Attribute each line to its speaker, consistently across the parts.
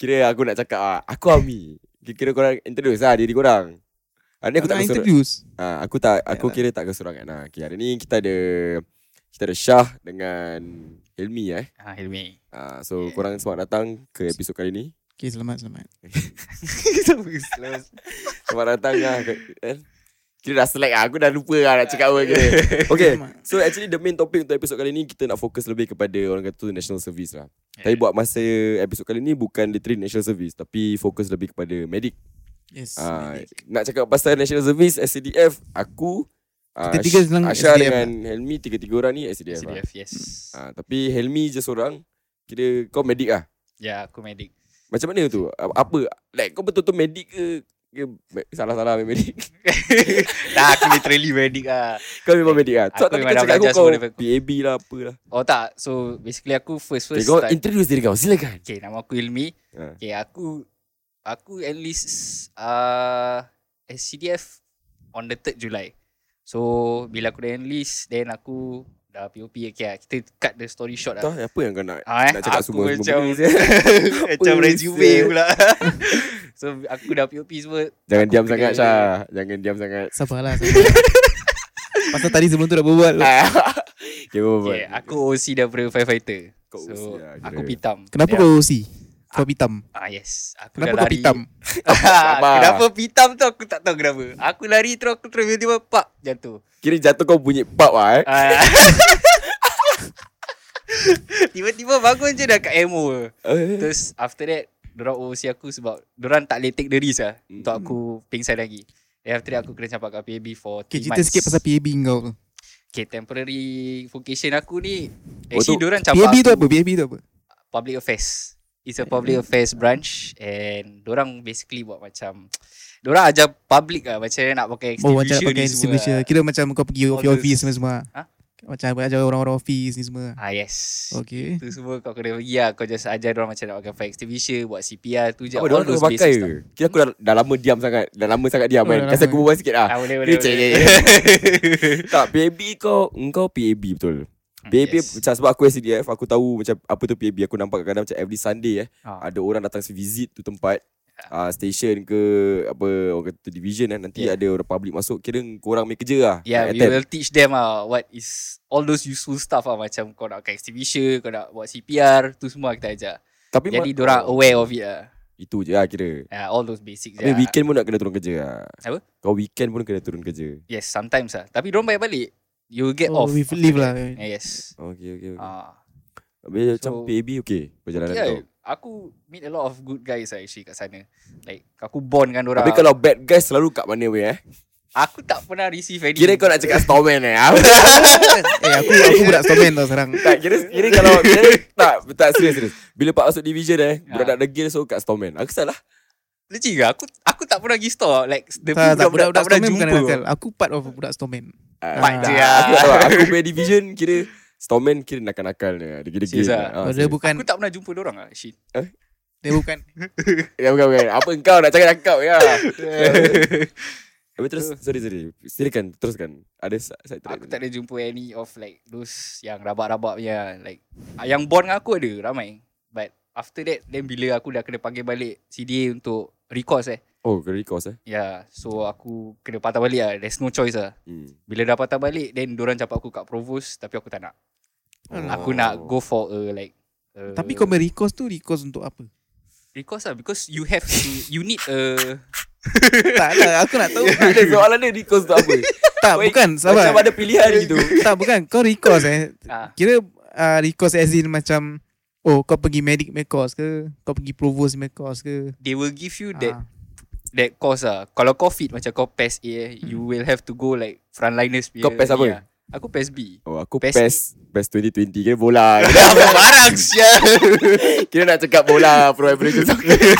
Speaker 1: Kira aku nak cakap ah, aku Ami. Kira korang introduce lah diri korang. Hari ni aku tak
Speaker 2: nak
Speaker 1: kesurangan.
Speaker 2: introduce. Ya
Speaker 1: Ah, aku tak aku
Speaker 2: Yalah.
Speaker 1: kira tak kesurangan lah. Okay, hari ni kita ada kita ada Syah dengan Hilmi eh.
Speaker 3: Ah, Hilmi.
Speaker 1: Ah, so
Speaker 2: Ya.
Speaker 1: korang selamat datang ke episod kali ni.
Speaker 2: Okay, selamat, selamat.
Speaker 1: selamat, selamat datang lah. ke- eh. Kira dah select lah. Aku dah lupa lah nak cakap apa kira. Okay,
Speaker 2: Selamat.
Speaker 1: So actually the main topic untuk episod kali ni kita nak fokus lebih kepada orang kata tu national service lah. Yeah. Tapi buat masa episod kali ni bukan literally national service tapi fokus lebih kepada medik.
Speaker 2: Yes.
Speaker 1: Ah,
Speaker 2: medik.
Speaker 1: nak cakap pasal national service SCDF aku ah,
Speaker 2: Kita tiga senang
Speaker 1: Asha
Speaker 2: SDF
Speaker 1: dengan Helmi tiga-tiga orang ni SCDF. SCDF.
Speaker 3: CDF, yes.
Speaker 1: Ah, tapi Helmi je seorang. Kira kau medik ah.
Speaker 3: Ya, aku medik.
Speaker 1: Macam mana tu? A- Apa? Like kau betul-betul medik ke? ke me- Salah-salah main medik
Speaker 3: tak, aku literally medik lah.
Speaker 1: Kau memang medik lah So
Speaker 3: Aku
Speaker 1: tadi
Speaker 3: memang
Speaker 1: kau cakap
Speaker 3: dah
Speaker 1: aku
Speaker 3: belajar
Speaker 1: kau
Speaker 3: semua daripada aku.
Speaker 1: PAB lah apalah
Speaker 3: Oh tak, so basically aku first
Speaker 1: Okay,
Speaker 3: first
Speaker 1: kau
Speaker 3: start.
Speaker 1: introduce diri kau Silakan
Speaker 3: okay, nama aku Hilmi.
Speaker 1: Ah.
Speaker 3: Okay, aku aku at least uh, SCDF on the 3rd Julai. So, bila aku dah enlist, then aku dah POP. Okay, lah. kita cut the story short lah.
Speaker 1: Tak, apa yang kau nak
Speaker 3: Ah,
Speaker 1: Nak
Speaker 3: eh?
Speaker 1: cakap
Speaker 3: Aku
Speaker 1: semua semua
Speaker 3: macam-
Speaker 1: benda je.
Speaker 3: Macam
Speaker 1: Apa
Speaker 3: resume
Speaker 1: sia?
Speaker 3: pula. so, aku dah POP semua.
Speaker 1: Jangan
Speaker 3: Aku
Speaker 1: diam
Speaker 3: kena-
Speaker 1: sangat Syah Jangan diam sangat
Speaker 2: Sabarlah, sabarlah. Pasal tadi sebelum tu dah berbual.
Speaker 3: Ah,
Speaker 1: Okay apa buat
Speaker 3: Okay, aku OC daripada firefighter.
Speaker 1: Kau
Speaker 3: so,
Speaker 1: OC lah, kira.
Speaker 3: aku pitam.
Speaker 2: Kenapa
Speaker 3: Dia-
Speaker 2: kau OC? Kau pitam.
Speaker 3: ya. Ah yes, aku
Speaker 2: Kenapa
Speaker 3: dah
Speaker 2: kau
Speaker 3: lari.
Speaker 2: pitam?
Speaker 1: Sabar.
Speaker 3: kenapa pitam tu aku tak tahu kenapa. Aku lari terus aku terus tiba-tiba pak jatuh.
Speaker 1: Kira jatuh kau bunyi pub lah eh
Speaker 3: Ah. Tiba-tiba bangun je dah kat emo.
Speaker 1: Eh,
Speaker 3: Terus after that Diorang OC aku sebab Diorang tak boleh take the risk lah
Speaker 1: Mm.
Speaker 3: Untuk aku pingsan lagi Then after that aku kena campak kat PAB for
Speaker 2: Okay,
Speaker 3: 3
Speaker 2: cerita
Speaker 3: months
Speaker 2: sikit pasal PAB kau.
Speaker 3: Okay temporary vocation aku ni
Speaker 1: Oh,
Speaker 3: Actually
Speaker 1: tu-
Speaker 3: diorang campak
Speaker 2: PAB tu
Speaker 3: aku
Speaker 2: apa? PAB tu apa?
Speaker 3: public affairs. It's
Speaker 2: Mm-hmm.
Speaker 3: a public affairs branch and orang basically buat macam orang ajar public lah macam mana nak pakai
Speaker 2: Oh, macam nak pakai
Speaker 3: extinguisher ni semua. lah.
Speaker 2: distribution. Kira macam kau pergi
Speaker 3: All
Speaker 2: office
Speaker 3: those-
Speaker 2: office semua semua.
Speaker 3: Ha?
Speaker 2: Macam ajar orang-orang office ni semua.
Speaker 3: Ah yes.
Speaker 2: Okay.
Speaker 3: Itu semua kau kena pergi lah. Kau just ajar orang macam nak pakai fire extinguisher, buat CPR tu je.
Speaker 1: Apa dia orang Oh, kena pakai ke? Kira aku dah, dah lama diam sangat Dah lama sangat diam
Speaker 2: Oh,
Speaker 1: kan
Speaker 2: dah
Speaker 1: Kasi
Speaker 2: lama.
Speaker 1: aku berbual sikit lah
Speaker 3: Ah, boleh, boleh.
Speaker 1: Dia cek
Speaker 3: boleh.
Speaker 1: Tak PAB kau Engkau PAB betul PAB
Speaker 3: Hmm, Mm, yes.
Speaker 1: macam sebab aku SDF Aku tahu macam Apa tu PAB Aku nampak kadang-kadang macam Every Sunday eh
Speaker 3: Ah.
Speaker 1: Ada orang datang visit tu tempat
Speaker 3: Ya.
Speaker 1: uh, Station ke Apa Orang kata tu division kan Nanti
Speaker 3: Yeah.
Speaker 1: ada orang public masuk Kira korang main kerja lah
Speaker 3: Yeah,
Speaker 1: nak
Speaker 3: Ya. we
Speaker 1: attend.
Speaker 3: will teach them ah what is all those useful stuff ah macam kau nak pakai extinguisher, kau nak buat CPR, tu semua kita ajar.
Speaker 1: Tapi
Speaker 3: Jadi
Speaker 1: ma- Oh.
Speaker 3: orang aware of it ah.
Speaker 1: Itu je lah kira
Speaker 3: Ah, all those basics
Speaker 1: Habis
Speaker 3: ah.
Speaker 1: weekend pun nak kena turun kerja lah
Speaker 3: Apa?
Speaker 1: Kau weekend pun kena turun kerja
Speaker 3: Yes, sometimes lah. Tapi dorang bayar balik. You will get
Speaker 2: Oh,
Speaker 3: off.
Speaker 2: we
Speaker 3: Eh. after
Speaker 2: leave
Speaker 3: that.
Speaker 2: lah.
Speaker 3: Yeah, yes.
Speaker 1: Okay okay, okay.
Speaker 3: Ah.
Speaker 1: Habis macam
Speaker 3: so-
Speaker 1: PAB okay Perjalanan
Speaker 3: Yeah,
Speaker 1: kau
Speaker 3: aku meet a lot of good guys lah actually kat sana. Like aku bond dengan dorang.
Speaker 1: Tapi kalau bad guys selalu kat mana weh eh
Speaker 3: aku tak pernah receive any.
Speaker 1: Kira kau nak cakap Storman eh Apa?
Speaker 2: Eh, aku aku budak storman tau sekarang.
Speaker 1: Tak kira, kira kalau kira, Tak tak serius serius Bila pak masuk division eh Budak nak
Speaker 3: Ah.
Speaker 1: degil so kat Storman Aku salah
Speaker 3: Legit ke? Aku aku tak pernah pergi store. Like the
Speaker 2: Tak, tak,
Speaker 3: budak-budak tak
Speaker 2: budak-budak
Speaker 3: pernah
Speaker 2: storman bukan
Speaker 3: jumpa.
Speaker 2: nakal. Aku part of budak storman.
Speaker 1: Ah,
Speaker 2: Pak
Speaker 1: tak.
Speaker 3: je lah.
Speaker 1: Aku tak tahu Aku punya division kira Storman kira nakal-nakal je Dia degil
Speaker 3: Serius ah?
Speaker 1: Ah,
Speaker 2: Oh,
Speaker 1: serius.
Speaker 2: dia bukan
Speaker 3: Aku tak pernah jumpa dorang lah actually.
Speaker 2: dia bukan
Speaker 1: Ya bukan bukan Apa engkau nak cakap cakap ya Habis terus Sorry sorry Silakan teruskan Ada sa- side track
Speaker 3: Aku tak ada jumpa any of like those yang rabak-rabak punya like ah, yang bond dengan aku ada ramai. But After that Then bila aku dah kena panggil balik CDA untuk Recourse eh
Speaker 1: Oh, kena recourse eh.
Speaker 3: Ya yeah, So aku Kena patah balik lah There's no choice lah
Speaker 1: Hmm.
Speaker 3: Bila dah patah balik Then dorang campak aku kat provost Tapi aku tak nak
Speaker 2: Alah.
Speaker 3: Aku nak
Speaker 1: Oh.
Speaker 3: go for a like a-
Speaker 2: Tapi kau main recourse tu recourse untuk apa?
Speaker 3: Recourse lah Because you have to You need a
Speaker 2: tak lah, aku nak tahu.
Speaker 1: Dia soalan dia recourse tu apa?
Speaker 2: tak,
Speaker 1: Wait,
Speaker 2: Ya, bukan. Sabar.
Speaker 1: Macam ada pilihan gitu.
Speaker 2: tak, bukan. Kau recourse eh.
Speaker 3: ah,
Speaker 2: Kira uh, recourse as in macam Oh kau pergi medic punya course ke Kau pergi provost punya course ke
Speaker 3: They will give you that
Speaker 2: Ah.
Speaker 3: That course lah Kalau kau fit Macam kau PES A eh, You
Speaker 2: Hmm.
Speaker 3: will have to go like Frontliners punya
Speaker 1: Kau PES
Speaker 3: ni
Speaker 1: apa?
Speaker 3: lah. Aku PES B
Speaker 1: Oh, aku
Speaker 3: Best-
Speaker 1: best best 2020 ke bola.
Speaker 3: Apa barang sial
Speaker 1: Kira nak cakap bola Pro Evolution Soccer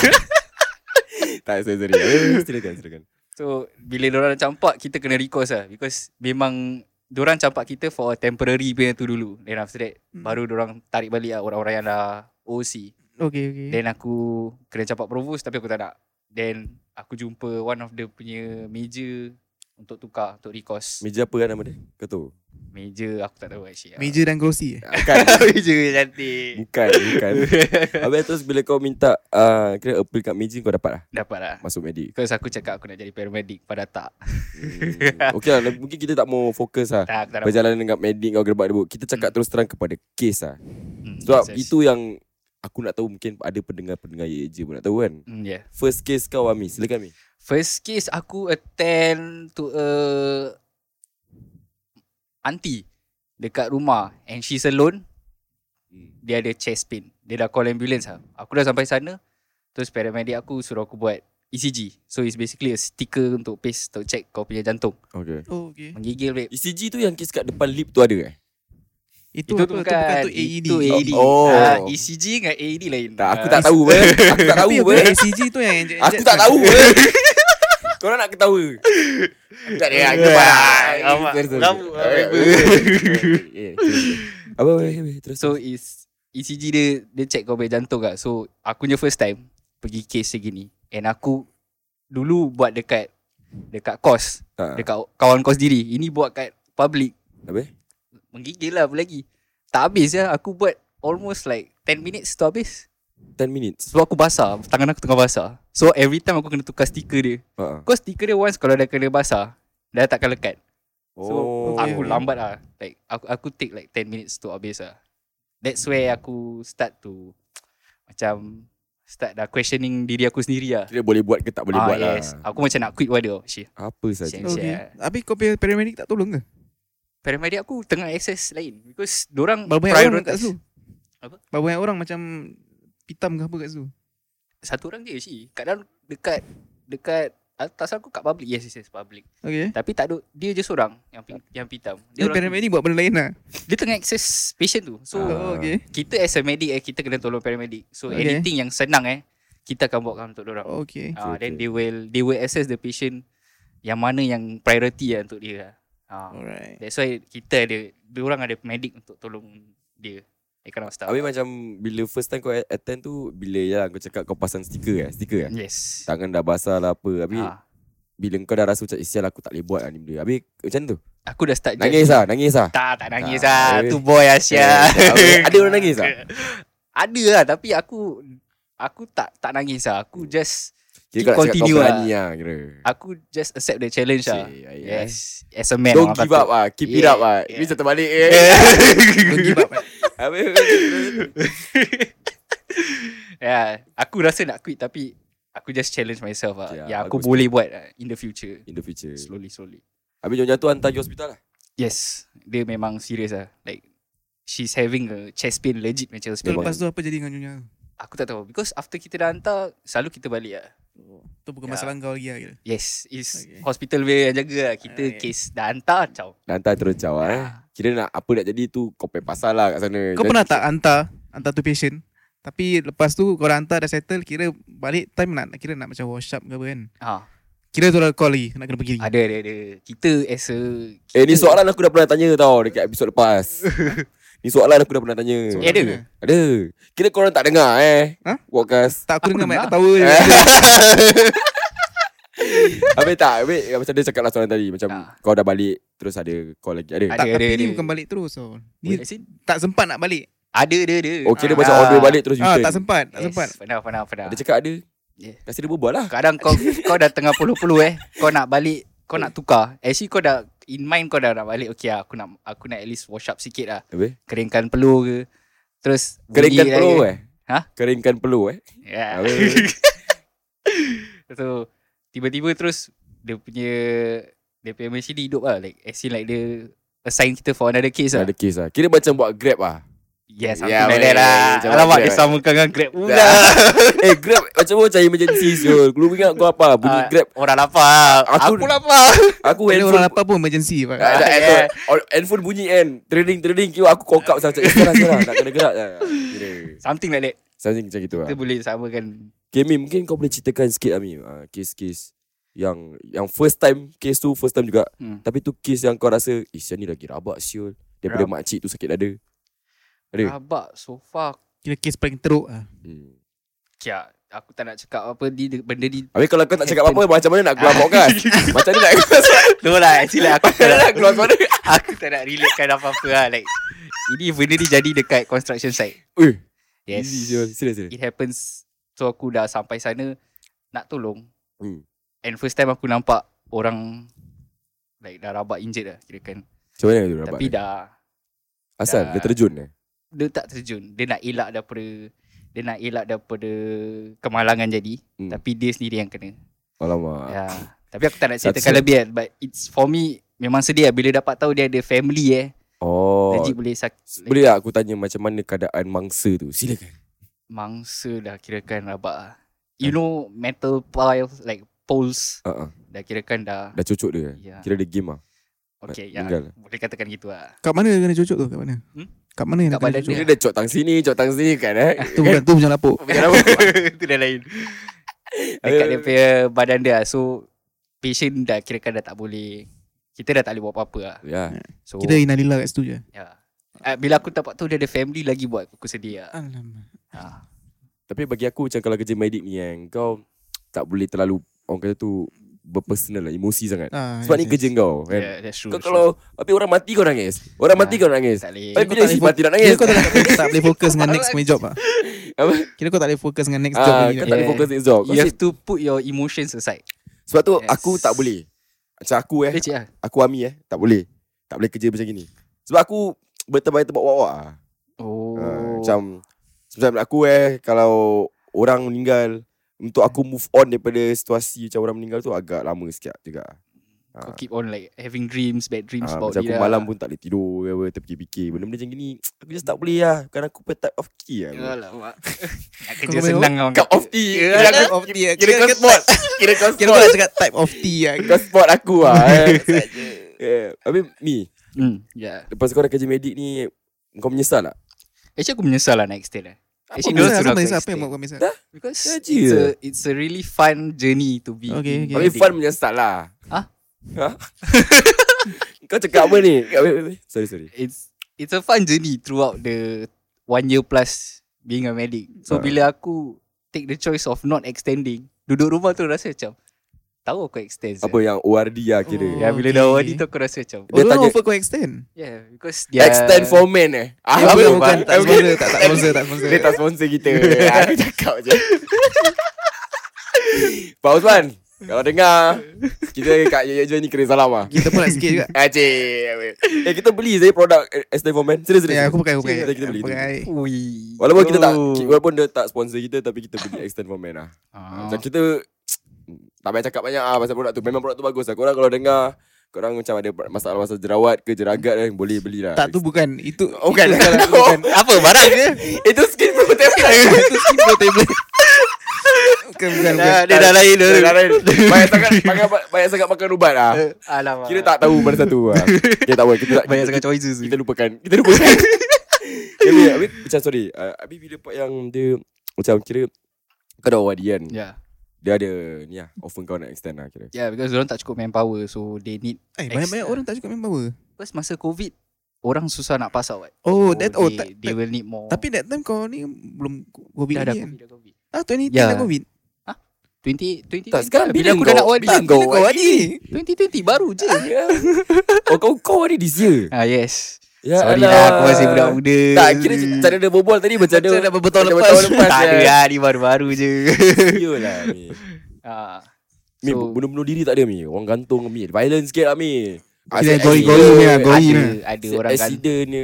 Speaker 1: Tak sorry sorry Eh, Silakan silakan
Speaker 3: So bila orang campak Kita kena recourse lah Because memang Diorang campak kita for a temporary punya tu dulu Then after that
Speaker 2: Hmm.
Speaker 3: hmm. Baru diorang tarik balik lah Orang-orang yang dah OC
Speaker 2: Okay okay
Speaker 3: Then aku kena campak provost tapi aku tak nak. Then aku jumpa one of the punya meja untuk tukar untuk recourse.
Speaker 1: Meja apa kan nama dia? Kau tahu?
Speaker 3: Meja aku tak tahu actually. lah.
Speaker 2: Major dan grossi eh
Speaker 1: Ah, Bukan
Speaker 3: meja cantik.
Speaker 1: Bukan Bukan Habis terus bila kau minta uh, Kira apply kat meja kau dapat lah
Speaker 3: Dapat lah.
Speaker 1: Masuk medik
Speaker 3: Because aku cakap aku nak jadi paramedic pada tak.
Speaker 1: hmm. Okay lah le- Mungkin kita tak mau fokus lah
Speaker 3: Tak, aku tak dapat.
Speaker 1: Perjalanan dengan medik kau gerbak debuk Kita cakap terus terang kepada kes lah
Speaker 3: Hmm,
Speaker 1: Sebab
Speaker 3: yes, yes.
Speaker 1: itu yang Aku nak tahu mungkin ada pendengar-pendengar YJ pun nak tahu kan
Speaker 3: Hmm, yeah.
Speaker 1: First case kau Ami Silakan Ami
Speaker 3: First case aku attend to a auntie dekat rumah and she's alone.
Speaker 1: Hmm.
Speaker 3: Dia ada chest pain. Dia dah call ambulance lah. Aku dah sampai sana. Terus paramedic aku suruh aku buat ECG. So it's basically a sticker untuk paste untuk check kau punya jantung.
Speaker 1: Okay
Speaker 2: Oh okay
Speaker 3: Menggigil babe.
Speaker 1: ECG tu yang kes kat depan lip tu ada eh?
Speaker 2: Itu, apa? Itu bukan tu E AED
Speaker 3: Itu AED.
Speaker 1: Oh.
Speaker 3: Ah, ECG dengan AED lain.
Speaker 1: Tak aku
Speaker 3: Ah,
Speaker 1: tak tahu weh Aku tak E tahu
Speaker 2: Tapi
Speaker 1: weh
Speaker 2: bukan ACG E tu yang inject-
Speaker 1: Aku
Speaker 2: inject
Speaker 1: tak
Speaker 2: sangat.
Speaker 1: tahu weh. Korang nak ketawa. Aku Tak ada aku
Speaker 3: Awak- kamu, apa?
Speaker 1: Apa weh weh terus.
Speaker 3: So is ECG dia dia check kau punya jantung lah. So aku punya first time pergi case segini and aku dulu buat dekat dekat kos,
Speaker 1: Ha,
Speaker 3: dekat kawan kos diri. Ini buat kat public.
Speaker 1: Habis?
Speaker 3: Menggigil lah apa lagi. Tak habis ya. Aku buat almost like 10 minutes tu habis.
Speaker 1: 10 minutes.
Speaker 3: Sebab aku basah, tangan aku tengah basah. So every time aku kena tukar stiker dia.
Speaker 1: Ha.
Speaker 3: Kau stiker dia once kalau dah kena basah, dah takkan lekat. So
Speaker 1: Oh.
Speaker 3: aku
Speaker 2: okay.
Speaker 3: lambat lah Like aku aku take like 10 minutes to habis lah That's where aku start to Macam Start dah questioning diri aku sendiri lah
Speaker 1: Kira boleh buat ke tak boleh buat lah.
Speaker 3: Aku macam nak quit wadah Syih
Speaker 1: Apa saja.
Speaker 3: Sian.
Speaker 2: Okay
Speaker 3: Inject.
Speaker 2: Tapi kau punya paramedic tak tolong ke?
Speaker 3: Paramedic aku tengah access lain Because dorang
Speaker 2: Berapa banyak orang kat situ?
Speaker 3: Apa?
Speaker 2: Berapa banyak orang macam Pitam ke apa kat situ?
Speaker 3: Satu orang je Syih Kat dalam dekat Dekat atas aku kat public Yes yes yes public
Speaker 2: Okay
Speaker 3: Tapi tak ada Dia je seorang Yang pi- yang pitam
Speaker 2: Dia
Speaker 3: orang-
Speaker 2: paramedic buat benda lain lah
Speaker 3: Dia tengah access patient tu So
Speaker 1: Ah.
Speaker 2: Oh okay
Speaker 3: Kita as a medic eh Kita kena tolong paramedic So
Speaker 2: Okay.
Speaker 3: anything yang senang eh Kita akan buatkan untuk dorang
Speaker 2: Oh, Okay
Speaker 3: Ah,
Speaker 1: Okay,
Speaker 3: then
Speaker 1: okay.
Speaker 3: they will they will assess the patient yang mana yang priority lah untuk dia. lah. Ah,
Speaker 2: Alright
Speaker 3: that's why kita ada orang ada medic untuk tolong dia. That kind of stuff.
Speaker 1: Habis macam bila first time kau attend tu bila ya lah, kau cakap kau pasang stiker eh, stiker eh.
Speaker 3: yes.
Speaker 1: Tangan dah basah lah apa Habis
Speaker 3: Ah,
Speaker 1: bila kau dah rasa macam Eh sial aku tak boleh buat lah ni benda Habis macam tu
Speaker 3: aku dah start
Speaker 1: Nangis lah Nangis lah
Speaker 3: Tak, tak nangis
Speaker 1: Tak.
Speaker 3: lah.
Speaker 1: Eh.
Speaker 3: Tu boy Asia.
Speaker 1: Eh, Ada orang nangis tak?
Speaker 3: ada lah tapi aku aku tak tak nangis lah. Aku
Speaker 1: Hmm.
Speaker 3: just
Speaker 1: Kira kau nak cakap kau
Speaker 3: Continue lah.
Speaker 1: berani lah kira
Speaker 3: aku just accept the challenge lah.
Speaker 1: Cik, ayah.
Speaker 3: Yes. As a man.
Speaker 1: Don't
Speaker 3: orang
Speaker 1: give up
Speaker 3: kata.
Speaker 1: ah, keep it
Speaker 3: Yeah,
Speaker 1: up ah.
Speaker 3: yeah.
Speaker 1: Ini macam terbalik eh.
Speaker 2: Don't give up eh.
Speaker 1: Habis
Speaker 3: Yeah, Ya, aku rasa nak quit tapi aku just challenge myself lah.
Speaker 1: Okay,
Speaker 3: Yeah,
Speaker 1: ah,
Speaker 3: yang aku
Speaker 1: bagus.
Speaker 3: boleh buat lah in the future.
Speaker 1: in the future.
Speaker 3: Slowly, slowly.
Speaker 1: Habis jangan jatuh hantar pergi hospital lah.
Speaker 3: Yes, dia memang serious lah. Like she's having a chest pain legit macam chest
Speaker 2: So
Speaker 3: pain.
Speaker 2: lepas tu apa jadi dengan Nyonya
Speaker 3: Aku tak tahu because after kita dah hantar selalu kita balik lah.
Speaker 2: Tu bukan
Speaker 3: Ya.
Speaker 2: masalah kau lagi lah kira
Speaker 3: Yes, is
Speaker 2: Okay.
Speaker 3: okay. hospital dia yang jaga lah. Kita
Speaker 2: Okay.
Speaker 3: case dah hantar ciao.
Speaker 1: Dah hantar terus jawab eh. Kira nak apa nak jadi tu kau pay pasal lah kat sana.
Speaker 2: Kau
Speaker 1: Jangan-
Speaker 2: pernah tak hantar Hantar tu patient Tapi lepas tu kau dah hantar dah settle Kira balik time nak Kira nak macam wash up ke apa kan
Speaker 3: Ha,
Speaker 2: Kira tu dah call lagi Nak kena pergi lagi
Speaker 3: ada ada ada. Kita as a kita,
Speaker 1: Eh ni soalan aku dah pernah tanya tau dekat episod lepas. ni soalan aku dah pernah tanya.
Speaker 3: Eh, ada ke?
Speaker 1: Ada. Kira korang tak dengar eh.
Speaker 2: Ha?
Speaker 1: Podcast.
Speaker 2: Tak aku,
Speaker 3: Aku
Speaker 2: dengar banyak
Speaker 3: dengar.
Speaker 2: ketawa je
Speaker 1: Habis tak? Habis eh, macam dia cakap lah soalan tadi macam
Speaker 3: Ah.
Speaker 1: kau dah balik terus ada call lagi. Ada.
Speaker 3: Ada.
Speaker 2: Tak tapi
Speaker 3: ada.
Speaker 2: ni bukan balik terus so. Ni
Speaker 3: As in,
Speaker 2: tak sempat nak balik
Speaker 3: Ada ada ada.
Speaker 1: Oh kira
Speaker 3: Ah.
Speaker 1: macam order balik terus
Speaker 2: Ah,
Speaker 1: return
Speaker 2: tak sempat, tak
Speaker 3: Yes,
Speaker 2: sempat.
Speaker 3: Pernah pernah pernah.
Speaker 1: Dia cakap ada
Speaker 3: Yeah.
Speaker 1: Kasi dia berbual lah
Speaker 3: Kadang kau kau dah tengah puluh-puluh eh. Kau nak balik, kau nak tukar. Actually kau dah in mind kau dah nak balik. Okay lah, aku nak aku nak at least wash up sikit lah.
Speaker 1: Habis
Speaker 3: Keringkan peluh ke. Terus
Speaker 1: Keringkan peluh eh
Speaker 3: Ha?
Speaker 1: Keringkan peluh eh
Speaker 3: Yeah.
Speaker 1: Habis?
Speaker 3: so tiba-tiba terus dia punya dia punya machine dia hidup lah like as in like dia assign kita for another case lah.
Speaker 1: Ada kes lah Kira macam buat grab lah
Speaker 3: Yes, something
Speaker 1: Yeah,
Speaker 3: yeah, like
Speaker 1: weh,
Speaker 3: that lah.
Speaker 1: macam
Speaker 3: Alamak,
Speaker 1: Grab,
Speaker 3: dia
Speaker 1: eh.
Speaker 3: samakan dengan Grab pula.
Speaker 1: Eh grab Macam mana macam emergency Syul Dulu ingat kau apa Bunyi
Speaker 3: Ah,
Speaker 1: grab
Speaker 3: Orang lapar.
Speaker 1: Aku-
Speaker 3: Aku, lapar.
Speaker 1: Aku
Speaker 2: Kena orang
Speaker 1: handphone
Speaker 2: lapar pun emergency pak.
Speaker 1: Ah, tak,
Speaker 3: Yeah.
Speaker 1: handphone- or- Handphone bunyi kan Trading trading Kira aku kokap Macam Eh, sekarang sekarang Nak kena gerak lah Kira
Speaker 3: Something like that.
Speaker 1: Something macam gitu lah
Speaker 3: Kita boleh samakan.
Speaker 1: Okay Mim Mungkin kau boleh ceritakan sikit Ami uh, Kes-kes Yang Yang first time Kes tu first time juga
Speaker 3: Hmm.
Speaker 1: Tapi tu kes yang kau rasa Eh sian ni lagi rabak Syul Daripada
Speaker 3: Rabak.
Speaker 1: makcik tu sakit dada Ada
Speaker 3: Rabak so far.
Speaker 2: Kira kes paling teruk ah.
Speaker 1: hmm.
Speaker 3: Kya, aku tak nak cakap apa ni benda ni. Ah.
Speaker 1: Habis kalau kau tak cakap apa-apa Macam mana nak keluar podcast Macam mana nak
Speaker 3: No lah, actually like, aku
Speaker 1: Macam
Speaker 3: tak
Speaker 1: mana
Speaker 3: nak
Speaker 1: nak keluar suara
Speaker 3: aku tak nak relatekan apa-apa lah. Like, ini benda ni jadi dekat construction site.
Speaker 1: Ui
Speaker 3: Yes.
Speaker 1: Easy Syul Serius serius
Speaker 3: It happens. So aku dah sampai sana nak tolong.
Speaker 1: Hmm.
Speaker 3: And first time aku nampak orang like dah rabak injet lah kira kan.
Speaker 1: Macam mana tu rabak
Speaker 3: Tapi dah
Speaker 1: Asal dia
Speaker 3: dah-
Speaker 1: terjun eh
Speaker 3: dia tak terjun. Dia nak elak daripada dia nak elak daripada kemalangan jadi,
Speaker 1: Hmm.
Speaker 3: hmm. tapi dia sendiri yang kena.
Speaker 1: Alamak
Speaker 3: Ya. Tapi aku tak nak
Speaker 1: That's
Speaker 3: ceritakan
Speaker 1: it.
Speaker 3: lebih kan But it's for me Memang sedih lah Bila dapat tahu dia ada family eh
Speaker 1: Oh
Speaker 3: Legit boleh sakit
Speaker 1: Boleh tak aku tanya Macam mana keadaan mangsa tu Silakan
Speaker 3: Mangsa dah kirakan rabak lah You know metal piles Like poles
Speaker 1: uh-uh.
Speaker 3: Dah kirakan dah
Speaker 1: Dah cocok dia
Speaker 3: Ya.
Speaker 1: Kira dia game lah
Speaker 3: Okay ya
Speaker 1: meninggal.
Speaker 3: Boleh katakan gitu lah
Speaker 2: Kat mana kena cucuk tu? Kat mana?
Speaker 3: Hmm?
Speaker 2: Kat mana yang
Speaker 3: Kat
Speaker 2: kena
Speaker 3: badan
Speaker 2: cucuk?
Speaker 1: Kira dia cok tang sini Cok tang sini kan eh
Speaker 2: Tu bukan tu macam lapuk.
Speaker 1: Macam apa
Speaker 3: Itu dah lain Dekat dia punya badan dia lah. So Patient dah kirakan dah tak boleh Kita dah tak boleh buat apa-apa lah
Speaker 1: Ya
Speaker 3: So
Speaker 2: Kira inalillah kat situ je.
Speaker 3: ya. Ah, Bila aku dapat tahu dia ada family lagi buat Aku sedih lah
Speaker 2: Alamak.
Speaker 3: Ah.
Speaker 1: Tapi bagi aku macam kalau kerja medik ni kan Kau tak boleh terlalu Orang kata tu Berpersonal lah Emosi sangat
Speaker 2: Ah,
Speaker 1: Sebab ni
Speaker 2: yes,
Speaker 1: kerja
Speaker 2: yes.
Speaker 1: kau kan
Speaker 3: Yeah, that's true.
Speaker 1: Kau
Speaker 3: that's
Speaker 1: kalau Tapi orang mati kau nangis Orang mati
Speaker 3: Ah,
Speaker 1: kau
Speaker 3: true.
Speaker 1: nangis
Speaker 3: tak boleh.
Speaker 1: Tapi
Speaker 2: Kau
Speaker 1: bila
Speaker 2: tak
Speaker 1: si
Speaker 2: boleh
Speaker 1: mati nak
Speaker 2: Kira
Speaker 1: nangis
Speaker 2: kau tak, tak boleh fokus dengan next punya job ah.
Speaker 1: Apa?
Speaker 2: Kira kau tak boleh fokus dengan next job
Speaker 1: Ah,
Speaker 2: punya.
Speaker 1: Kau tak boleh
Speaker 3: Yeah.
Speaker 1: fokus next job Kau
Speaker 3: You have
Speaker 1: si-
Speaker 3: to put your emotions aside.
Speaker 1: Sebab tu
Speaker 3: Yes.
Speaker 1: aku tak boleh Macam aku eh
Speaker 3: Legit lah.
Speaker 1: Aku Ami eh Tak boleh Tak boleh kerja macam gini Sebab aku Bertebaik tempat wak-wak lah
Speaker 3: Oh.
Speaker 1: Ah, Macam Sebab aku eh Kalau Orang meninggal Untuk aku move on Daripada situasi Macam orang meninggal tu Agak lama sikit juga
Speaker 3: kau
Speaker 1: Ah.
Speaker 3: keep on like having dreams, bad dreams
Speaker 1: Ah,
Speaker 3: about
Speaker 1: macam
Speaker 3: lah. dia.
Speaker 1: aku malam pun tak boleh tidur ke apa, terfikir-fikir. Benda-benda macam gini, aku just tak boleh lah. Kan aku pun type of key lah. aku.
Speaker 3: Yalah, mak. Nak
Speaker 2: Kau
Speaker 3: kerja
Speaker 2: boleh
Speaker 3: senang lah. kau.
Speaker 1: Cup of tea. Kira,
Speaker 2: Kira
Speaker 1: aku,
Speaker 2: kau off tea, ah.
Speaker 1: kira kau
Speaker 2: Kira-
Speaker 1: spot. Kira kau
Speaker 2: Kira kau
Speaker 1: spot.
Speaker 2: nak cakap type of tea ah.
Speaker 1: Kau spot aku lah. eh. Yeah. Habis ni,
Speaker 3: Hmm, yeah.
Speaker 1: lepas kau dah kerja medik ni, kau menyesal tak?
Speaker 3: Actually aku menyesal lah nak extend lah. Actually
Speaker 2: Misal, sama Misal,
Speaker 3: no, aku
Speaker 2: apa yang
Speaker 3: extend.
Speaker 2: buat kau misal?
Speaker 3: Because
Speaker 1: Ya,
Speaker 3: it's
Speaker 1: je.
Speaker 3: a, it's a really fun journey to be.
Speaker 2: Okay, okay.
Speaker 3: in
Speaker 1: Habis
Speaker 3: wedding.
Speaker 1: fun menyesal lah.
Speaker 3: Ha?
Speaker 1: Ha? kau cakap apa ni? Habis- habis- Sorry, sorry.
Speaker 3: It's it's a fun journey throughout the one year plus being a medic. So
Speaker 1: Ah.
Speaker 3: bila aku take the choice of not extending, duduk rumah tu rasa macam tahu aku extend. sia.
Speaker 1: Apa yang ORD lah kira.
Speaker 2: Oh.
Speaker 3: Ya bila dah
Speaker 2: Okay.
Speaker 3: awal ni tu aku rasa macam
Speaker 2: Oh,
Speaker 1: Dia
Speaker 2: dia
Speaker 1: tanya-
Speaker 2: offer kau extend.
Speaker 3: Yeah because dia
Speaker 1: Extend for men eh.
Speaker 2: Eh,
Speaker 1: Apa bang?
Speaker 2: bukan, bukan, tak
Speaker 1: Habis-
Speaker 2: sponsor, tak tak sponsor, tak sponsor.
Speaker 1: Dia tak sponsor kita Aku cakap je Pak Osman Kalau dengar Kita kat Yaya Joy ni kena salam lah
Speaker 2: Kita pun nak sikit juga.
Speaker 1: Acik Eh kita beli saya produk Estee for Men Serius serius
Speaker 2: Ya, aku pakai, aku pakai.
Speaker 1: Serius, Kita beli
Speaker 2: Aku
Speaker 1: kita beli.
Speaker 2: pakai.
Speaker 3: Ui.
Speaker 1: Walaupun kita tak
Speaker 3: Oh.
Speaker 1: Walaupun dia tak sponsor kita Tapi kita beli Extend for Men lah
Speaker 3: Ah.
Speaker 1: Macam kita Tak payah cakap banyak lah Pasal produk tu Memang produk tu bagus lah Korang kalau dengar Korang macam ada masalah-masalah jerawat ke jeragat kan Boleh belilah
Speaker 2: Tak tu bukan. Itu
Speaker 1: Oh, bukan.
Speaker 2: itu salah, bukan.
Speaker 3: Apa barang dia?
Speaker 1: Itu skin protector
Speaker 2: Itu skin pro tablet. Bukan, bukan, bukan.
Speaker 3: Dia dah lain dah.
Speaker 1: Dia dah lain Banyak sangat Banyak, banyak sangat makan ubat lah
Speaker 3: Alamak.
Speaker 1: Kira tak tahu mana satu lah. Okay tak apa Kita, tak-
Speaker 3: banyak
Speaker 1: kita,
Speaker 3: sangat choices.
Speaker 1: kita lupakan Kita lupakan Habis, habis macam sorry uh, Habis bila part yang dia Macam kira Kau dah awadi kan
Speaker 3: Yeah.
Speaker 1: Dia ada Ni lah Offer kau nak extend lah kira
Speaker 3: Yeah because orang tak cukup manpower so they need
Speaker 2: Eh, banyak-banyak orang tak cukup member.
Speaker 3: because masa covid orang susah nak pass out. Right?
Speaker 2: Oh, that oh,
Speaker 3: they,
Speaker 2: tak,
Speaker 3: they will need more.
Speaker 2: tapi that time kau ni belum COVID
Speaker 3: dah
Speaker 2: lagi
Speaker 3: ada
Speaker 2: kan?
Speaker 3: covid dah
Speaker 2: Ah, 2018
Speaker 3: covid. Ya.
Speaker 2: dah COVID.
Speaker 3: 20 20
Speaker 1: Tak sekarang
Speaker 3: bila aku dah nak awal
Speaker 1: Bila kau Ah. awadi
Speaker 3: 2020 baru je.
Speaker 1: Oh Ya. kau kau awadi this year
Speaker 3: Ah yes.
Speaker 1: Ya
Speaker 3: Sorry
Speaker 1: Allah.
Speaker 3: lah aku masih budak-muda
Speaker 1: Tak kira cara dia berbual tadi macam
Speaker 2: Macam
Speaker 1: dia
Speaker 2: dah bertahun
Speaker 1: macam
Speaker 2: lepas.
Speaker 1: bertahun lepas ya.
Speaker 3: Tak ada lah ni baru-baru je
Speaker 1: lah Mi
Speaker 3: Ah,
Speaker 1: Mi
Speaker 3: So-
Speaker 1: bunuh-bunuh diri tak ada Mi Orang gantung Mi Violent sikit lah Mi
Speaker 2: Kira
Speaker 1: Asyik
Speaker 2: gori-gori
Speaker 1: accident,
Speaker 2: ni lah, gori
Speaker 3: Ah, ada,
Speaker 1: asyik
Speaker 2: lah.
Speaker 3: ada orang gantung
Speaker 1: Accident ni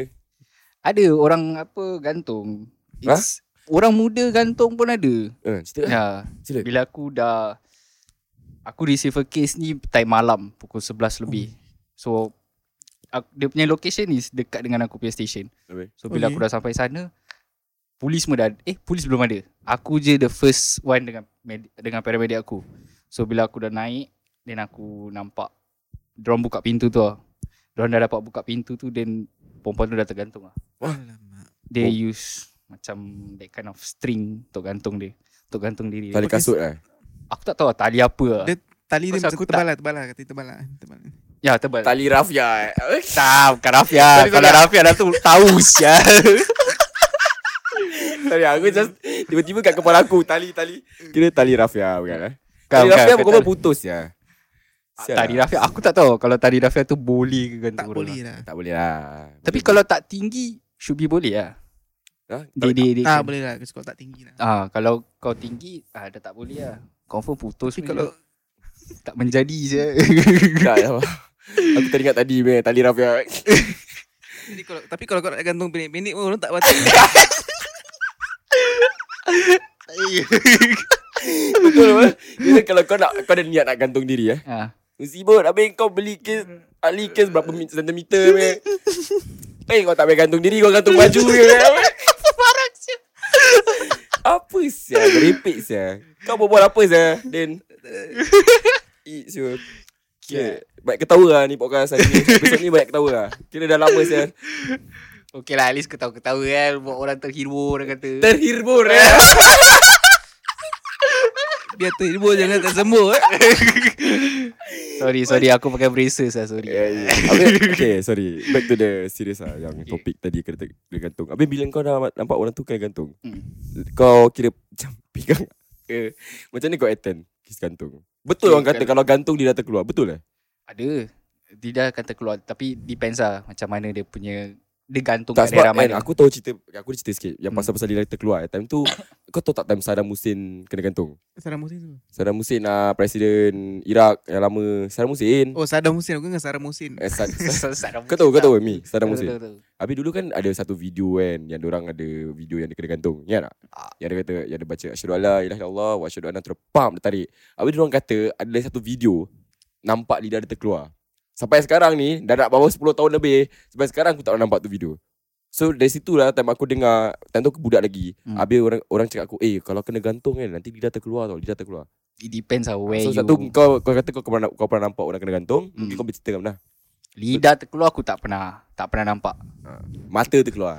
Speaker 3: Ada orang apa gantung It's, Orang muda gantung pun ada
Speaker 1: Eh, Cerita lah
Speaker 3: Ya
Speaker 1: Sila
Speaker 3: Bila aku dah Aku receive a case ni Time malam Pukul 11 lebih So aku, Dia punya location is Dekat dengan aku punya station
Speaker 1: Habis.
Speaker 3: So bila
Speaker 2: Okay.
Speaker 3: aku dah sampai sana Polis semua dah Eh polis belum ada Aku je the first one Dengan med- dengan paramedic aku So bila aku dah naik Then aku nampak Diorang buka pintu tu lah Diorang dah dapat buka pintu tu Then Perempuan tu dah tergantung lah
Speaker 2: Alamak.
Speaker 3: They use Macam That kind of string Untuk gantung dia Untuk gantung diri dia
Speaker 1: Tali kasut lah
Speaker 3: Aku tak tahu lah tali apa lah.
Speaker 2: Dia- Tali dia
Speaker 3: Pasal
Speaker 2: macam
Speaker 3: aku tak-
Speaker 2: tebal lah, tebal lah. Kata tebal lah. Tebal.
Speaker 3: Ya tebal.
Speaker 1: Tali rafia eh.
Speaker 3: tak, bukan Rafia.
Speaker 1: Tali
Speaker 3: Kalau
Speaker 1: tebal.
Speaker 3: Rafia dah tu tahu sia.
Speaker 1: Sorry aku just Tiba-tiba kat kepala aku Tali tali Kira tali rafia bukan eh
Speaker 3: Bukan,
Speaker 1: Tali
Speaker 3: bukan,
Speaker 1: rafia kau
Speaker 3: bukan
Speaker 1: pun
Speaker 3: tali-
Speaker 1: putus ya Sial
Speaker 3: Tali
Speaker 1: lah.
Speaker 3: Rafia aku tak tahu kalau tali Rafia tu boleh ke gantung
Speaker 2: Tak
Speaker 3: orang.
Speaker 2: boleh lah.
Speaker 1: Tak boleh lah
Speaker 3: Tapi kalau tak tinggi should be boleh lah.
Speaker 1: Ha?
Speaker 3: Dia dia dia.
Speaker 2: Tak boleh lah. Kau tak tinggi lah.
Speaker 3: Ah kalau kau tinggi ah dah tak boleh lah. Confirm putus
Speaker 2: Tapi
Speaker 3: punya.
Speaker 2: kalau
Speaker 3: tak menjadi je.
Speaker 1: Tak tak. Aku teringat tadi punya Tali rafia
Speaker 2: Jadi kalau tapi kalau kau nak gantung pendek-pendek pun orang tak batik.
Speaker 1: Betul apa? Kira kalau kau nak Kau ada niat nak gantung diri eh
Speaker 3: ah.
Speaker 1: Musibah Habis kau beli kes Ahli kes berapa mi- sentimeter punya Eh kau tak payah gantung diri Kau gantung baju je Apa Apa sia Merepek sia Kau berbual apa sia Din Eat sure Okay. Baik ketawa lah ni podcast hari ni Episode ni banyak ketawa lah Kira dah lama saya
Speaker 3: Okey lah at least ketawa-ketawa kan buat orang terhibur orang kata.
Speaker 1: Terhirbur eh
Speaker 2: Biar terhibur jangan tak sembuh eh.
Speaker 3: sorry sorry aku pakai braces lah sorry.
Speaker 1: Yeah, yeah. Habis, okay, sorry. Back to the serious lah yang
Speaker 3: Okay.
Speaker 1: topik tadi kena, te- kena gantung. Habis bila kau dah nampak orang tu kena gantung,
Speaker 3: Hmm.
Speaker 1: kau kira macam pegang ke? Macam ni kau attend kes gantung. Betul
Speaker 3: Okay,
Speaker 1: orang kata kalau
Speaker 3: kalau-
Speaker 1: gantung dia dah terkeluar. Betul eh?
Speaker 3: Ada. Dia dah kata keluar tapi depends lah macam mana dia punya dia gantung
Speaker 1: tak
Speaker 3: kat
Speaker 1: sebab
Speaker 3: daerah
Speaker 1: kan,
Speaker 3: mana.
Speaker 1: aku tahu cerita, aku ada cerita sikit yang
Speaker 3: Hmm.
Speaker 1: pasal-pasal dia dah terkeluar. Time tu, kau tahu tak time Saddam Hussein kena gantung?
Speaker 2: Saddam Hussein tu.
Speaker 1: Saddam Hussein lah, Presiden Iraq yang lama. Saddam Hussein.
Speaker 2: Oh Saddam Hussein aku dengan Saddam Hussein.
Speaker 1: Eh, Sad-
Speaker 3: Saddam
Speaker 1: kau tahu, kau tahu
Speaker 3: Hussein.
Speaker 1: Mi, Saddam Hussein.
Speaker 3: Tahu, tahu, tahu.
Speaker 1: Habis dulu kan ada satu video kan yang orang ada video yang dia kena gantung. Ingat tak?
Speaker 3: Ah.
Speaker 1: Yang dia kata yang dia baca asyhadu alla ilaha illallah wa asyhadu anna Muhammadan- pam dia tarik. Habis dia orang kata ada lagi satu video nampak lidah dia terkeluar. Sampai sekarang ni dah nak bawa 10 tahun lebih sampai sekarang aku tak pernah nampak tu video. So dari situ lah time aku dengar Time tu aku budak lagi
Speaker 3: Hmm.
Speaker 1: hmm. Habis orang orang cakap aku Eh kalau kena gantung kan Nanti lidah terkeluar tau Lidah terkeluar
Speaker 3: It depends lah
Speaker 1: Ah,
Speaker 3: where
Speaker 1: So
Speaker 3: so, you
Speaker 1: satu kau, kau kata kau pernah, kau pernah nampak orang kena gantung
Speaker 3: Hmm.
Speaker 1: Mungkin kau bercerita kan pernah
Speaker 3: Lidah terkeluar aku tak pernah Tak pernah nampak
Speaker 1: Mata terkeluar